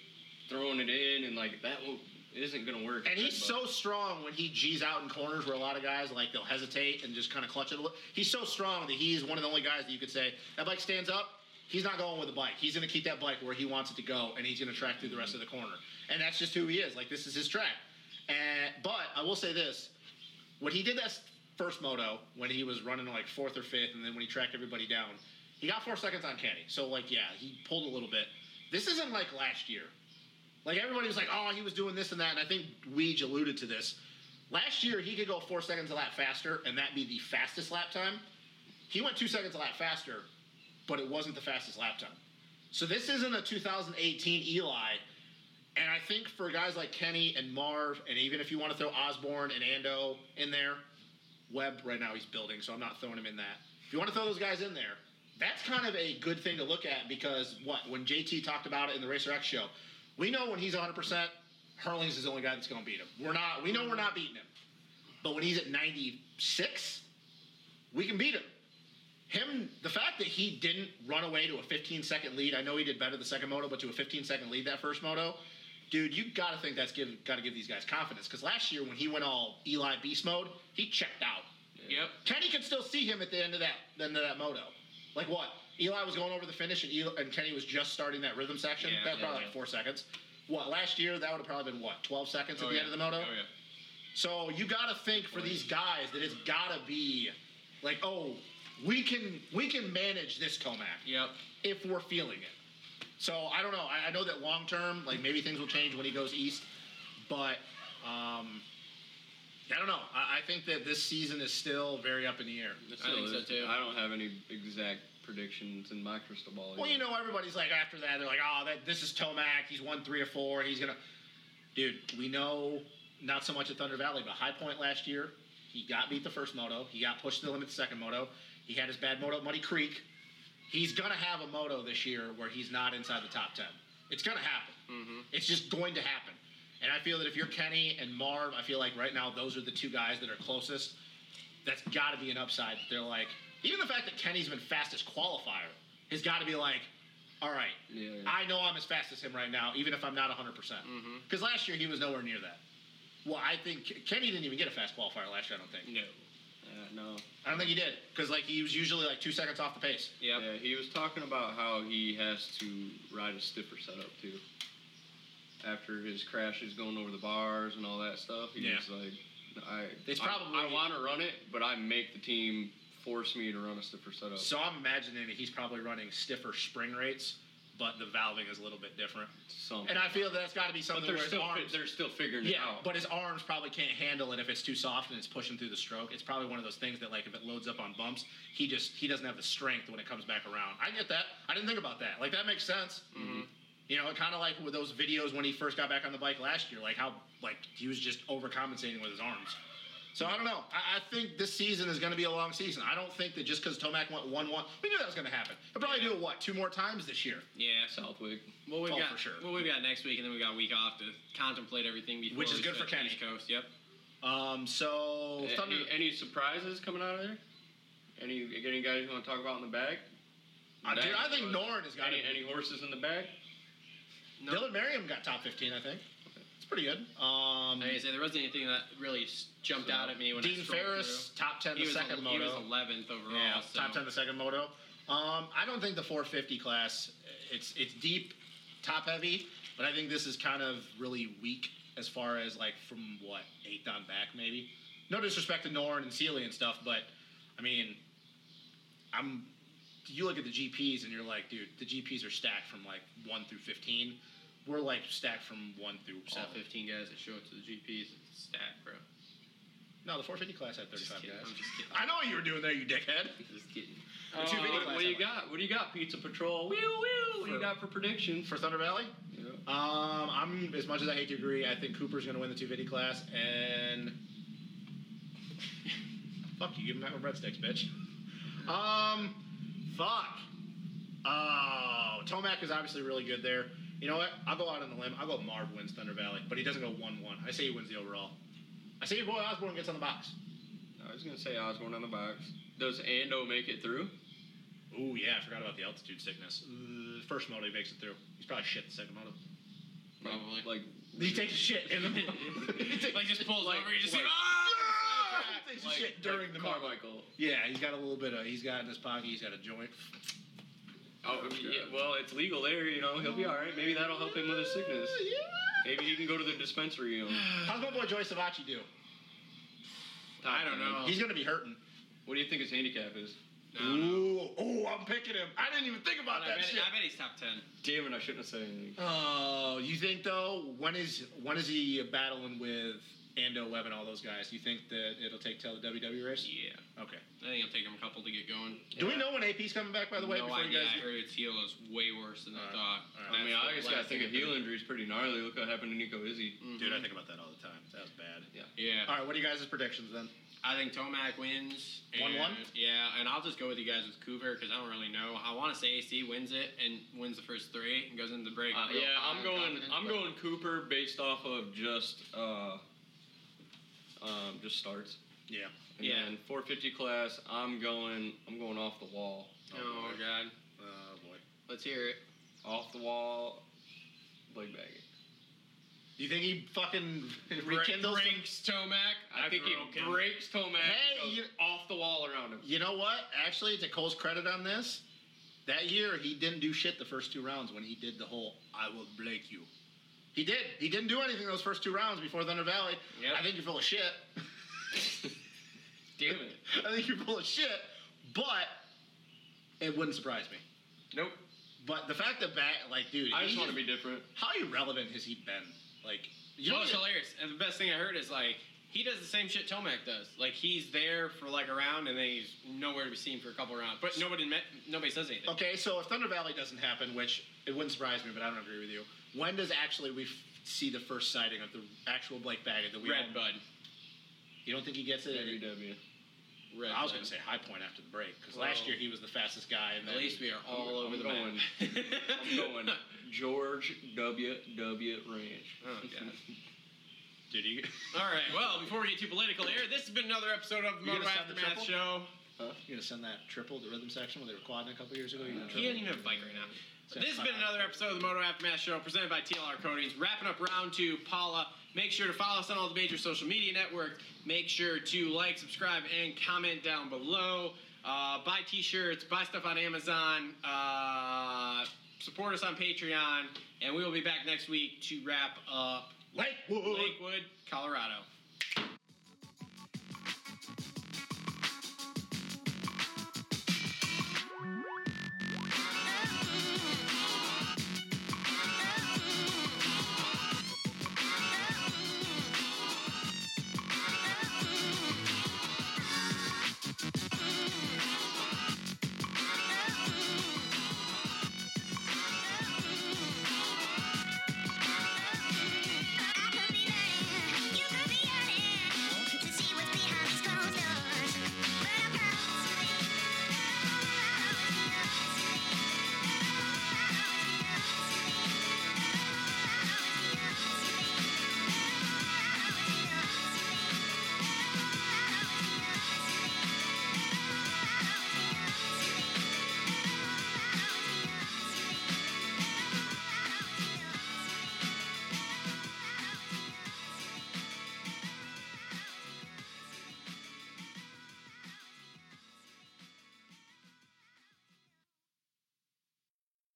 E: throwing it in, and like that won't, isn't gonna work.
D: And he's
E: But
D: so strong when he G's out in corners where a lot of guys like they'll hesitate and just kind of clutch it. A little. He's so strong that he's one of the only guys that you could say that bike stands up. He's not going with the bike. He's going to keep that bike where he wants it to go, and he's going to track through the rest of the corner. And that's just who he is. Like this is his track. And but I will say this: when he did that s- first moto, when he was running like fourth or fifth, and then when he tracked everybody down, he got four seconds on Kenny. So like, yeah, he pulled a little bit. This isn't like last year. Like everybody was like, oh, he was doing this and that, and I think Weege alluded to this. Last year, he could go four seconds a lap faster, and that'd be the fastest lap time. He went two seconds a lap faster, but it wasn't the fastest lap time. So this isn't a 2018 Eli. And I think for guys like Kenny and Marv, and even if you want to throw Osborne and Ando in there, Webb right now he's building, so I'm not throwing him in that. If you want to throw those guys in there, that's kind of a good thing to look at because what when JT talked about it in the Racer X show, we know when he's 100, percent Hurlings is the only guy that's going to beat him. We're not. We know we're not beating him, but when he's at 96, we can beat him. Him, the fact that he didn't run away to a 15 second lead. I know he did better the second moto, but to a 15 second lead that first moto, dude, you got to think that's give got to give these guys confidence because last year when he went all Eli Beast mode, he checked out.
C: Yep.
D: Kenny could still see him at the end of that the end of that moto. Like what? Eli was going over the finish and Eli, and Kenny was just starting that rhythm section.
C: Yeah,
D: That's
C: yeah,
D: probably
E: yeah.
D: like four seconds. What last year that would have probably been what twelve seconds at
C: Oh,
D: the
C: yeah.
D: end of the moto.
C: Oh yeah.
D: So you gotta think for these guys that it's gotta be like oh we can we can manage this Tomac
C: Yep.
D: if we're feeling it. So I don't know. I, I know that long term, like maybe things will change when he goes east, but um, I don't know. I, I think that this season is still very up in the air.
E: Still
C: think so,
E: is-
C: too.
E: I don't have any exact predictions in my crystal ball.
D: Well,
E: either.
D: you know, everybody's like after that, they're like, oh, that this is Tomac. He's won three or four. He's gonna, dude. We know not so much at Thunder Valley, but High Point last year, he got beat the first moto. He got pushed to the limit the second moto. He had his bad moto at Muddy Creek. He's gonna have a moto this year where he's not inside the top ten. It's gonna happen.
E: Mm-hmm.
D: It's just going to happen. And I feel that if you're Kenny and Marv, I feel like right now those are the two guys that are closest. That's got to be an upside. They're like, even the fact that Kenny's been fastest qualifier has got to be like, all right,
E: Yeah, yeah.
D: I know I'm as fast as him right now, even if I'm not 100%. Because
E: Mm-hmm.
D: last year he was nowhere near that. Well, I think Kenny didn't even get a fast qualifier last year, I don't think.
C: No.
E: Uh, no.
D: I don't think he did, because like he was usually like two seconds off the pace.
C: Yep.
E: Yeah, he was talking about how he has to ride a stiffer setup too. After his crashes going over the bars and all that stuff, he
D: Yeah.
E: was like, "I
D: It's
E: I-
D: probably-
E: I, want to run it, but I make the team force me to run a stiffer setup."
D: So I'm imagining that he's probably running stiffer spring rates, but the valving is a little bit different.
E: Some-
D: And I feel that that's got to be
E: but
D: something
E: they're
D: where his
E: still fi-
D: arms.
E: they're still figuring it
D: yeah,
E: out.
D: but his arms probably can't handle it if it's too soft and it's pushing through the stroke. It's probably one of those things that like if it loads up on bumps, he just he doesn't have the strength when it comes back around. I get that. I didn't think about that. Like that makes sense. You know, kind of like with those videos when he first got back on the bike last year, like how like he was just overcompensating with his arms. So I don't know. I, I think this season is going to be a long season. I don't think that just because Tomac went one-one, we knew that was going to happen. He'll probably do it what two more times this year.
C: Yeah. So
E: Southwick.
C: well, we've
D: Oh,
C: got
D: for sure.
C: well, we've got next week, and then we got a week off to contemplate everything before.
D: Which is
C: we
D: good
C: set
D: for Kenny.
C: East Coast. Yep.
D: Um, so
E: A-
D: Thunder.
E: Any, any surprises coming out of there? Any any guys you want to talk about in the bag?
D: Uh, dude, I think
E: Back?
D: Noren has got
E: any,
D: it.
E: any horses in the bag.
D: Dylan Merriam got top 15, I think. It's pretty good. Um,
C: Like I say there wasn't anything that really s- jumped out at me when I
D: Dean
C: scrolled
D: Ferris, top 10
C: Through. He
D: the
C: was
D: second
C: el- he
D: moto.
C: was 11th overall.
D: yeah,
C: so.
D: top 10 the second moto. Um, I don't think the 450 class, it's it's deep, top heavy, but I think this is kind of really weak as far as like from what, eighth on back maybe. No disrespect to Norn and Sealy and stuff, but I mean, I'm you look at the GPs and you're like, dude, the GPs are stacked from like 1 through 15. We're like stacked from 1 through 7.
C: All 15 guys that show up to the GPs. It's stat, bro.
D: No, the 450 class had
C: Just
D: 35
C: kidding.
D: guys.
C: I'm just kidding.
D: I know what you were doing there, you dickhead.
C: Just kidding.
E: Uh,
D: two video
E: what,
D: class
E: what do you
D: headline.
E: got? What do you got? Pizza Patrol. Woo woo. What do
D: For-
E: you got for predictions?
D: For Thunder Valley,
E: Yeah.
D: um, I'm as much as I hate to agree, I think Cooper's going to win the 250 class, and fuck you, give him that breadsticks, bitch. Um, fuck. Oh, Tomac is obviously really good there. You know what? I'll go out on the limb. I'll go Marv wins Thunder Valley, but he doesn't go one-one. I say he wins the overall. I say your boy Osborne gets on the box.
E: I was gonna say Osborne on the box. Does Ando make it through?
D: Ooh, yeah, I forgot about the altitude sickness. Uh, first moto he makes it through. He's probably shit the second moto.
C: Probably.
E: Like,
D: He takes a shit in the he takes-
C: Like just pulls
E: Like-
C: over. You just
E: like-
C: like, ah!
D: He takes a
E: like-
D: shit during the
E: like
D: moto.
E: Carmichael.
D: Yeah, he's got a little bit of he's got in his pocket. He's got a joint.
E: Oh, yeah, well, it's legal there, you know. He'll be all right. Maybe that'll help him with his sickness. Maybe he can go to the dispensary. You know.
D: Ah, How's my boy Joey Savacci do?
C: I don't know.
D: He's gonna be hurting.
E: What do you think his handicap is?
C: Oh. No, no.
D: Ooh, ooh, I'm picking him. I didn't even think
C: But
D: about
C: I, bet, I bet he's top 10.
E: Damn it! I shouldn't have said anything.
D: Oh, you think though? When is when is he battling with Ando Webb and all those guys, you think that it'll take till the WW race?
C: Yeah,
D: Okay.
C: I think it'll take him a couple to get going.
D: Do we know when AP's coming back? By the way,
C: no
D: before
C: idea.
D: you guys.
C: I heard its heel is way worse than I
D: Alright.
C: thought.
D: Alright.
E: I mean, I
C: That's the
E: just
C: last
E: gotta think a
C: thing
E: heel injury is pretty gnarly. Look what happened to Nico Izzy.
C: Mhm.
D: Dude, I think about that all the time. That was bad.
C: Yeah,
D: All right, what are you guys' predictions then?
C: I think Tomac wins. and-
D: 1-1?
C: Yeah, and I'll just go with you guys with Coover because I don't really know. I want to say AC wins it and wins the first three and goes into the break.
E: Uh,
C: real
E: yeah,
C: hot
E: I'm
C: and
E: going.
C: confident,
E: I'm
C: but-
E: going Cooper based off of just uh, um, just starts.
D: Yeah.
E: And
C: Yeah.
E: Then 450 class. I'm going. I'm going off the wall.
C: Oh God,
D: Oh boy.
C: let's hear it.
E: Off the wall. Blake Baggett.
D: Do you think he fucking rekindles?
C: Rekindles
D: some-
C: breaks Tomac.
E: I, think he
C: broke him.
E: breaks Tomac.
D: Hey,
E: goes
D: you-
E: off the wall around him.
D: You know what? Actually, to Cole's credit on this, that year he didn't do shit the first two rounds when he did the whole "I will Blake you." He did. He didn't do anything those first two rounds before Thunder Valley.
C: Yep.
D: I think you're full of shit.
E: Damn it.
D: I think you're full of shit. But it wouldn't surprise me.
E: Nope.
D: But the fact that Bat, like, dude,
E: I
D: he
E: just want to be different.
D: How irrelevant has he been? Like, you
C: You know
D: know,
C: what's hilarious? And the best thing I heard is like he does the same shit Tomac does. Like he's there for like a round and then he's nowhere to be seen for a couple rounds. But nobody met, nobody says anything.
D: Okay, so if Thunder Valley doesn't happen, which it wouldn't surprise me, but I don't agree with you. When does actually we f- see the first sighting of the actual Blake Baggett that we
C: Red
D: all-
C: Bud.
D: You don't think he gets it?
E: WWE.
C: Red
D: I was
C: Bud.
D: going to say high point after the break because last
C: Well,
D: year he was the fastest guy. And
C: At
D: then-
C: least we are all
E: I'm
C: over the
E: going-
C: map.
E: I'm going Oh, George W. W. Ranch.
C: Oh, God.
D: Dude, you,
C: All right. Well, before we get too political here, this has been another episode of the
D: You gonna
C: Moto
D: sound the triple?
C: Aftermath Show.
D: you're going to uh, send that triple, the rhythm section where they were quadding a couple years ago? You're gonna
C: He doesn't
D: triple?
C: even have a bike right now. This has been another episode of the Moto Aftermath Show presented by TLR Coatings. Wrapping up round two, Paula. Make sure to follow us on all the major social media networks. Make sure to like, subscribe, and comment down below. Uh, buy t shirts, buy stuff on Amazon, uh, support us on Patreon, and we will be back next week to wrap up
D: Lakewood!
C: Lakewood, Colorado.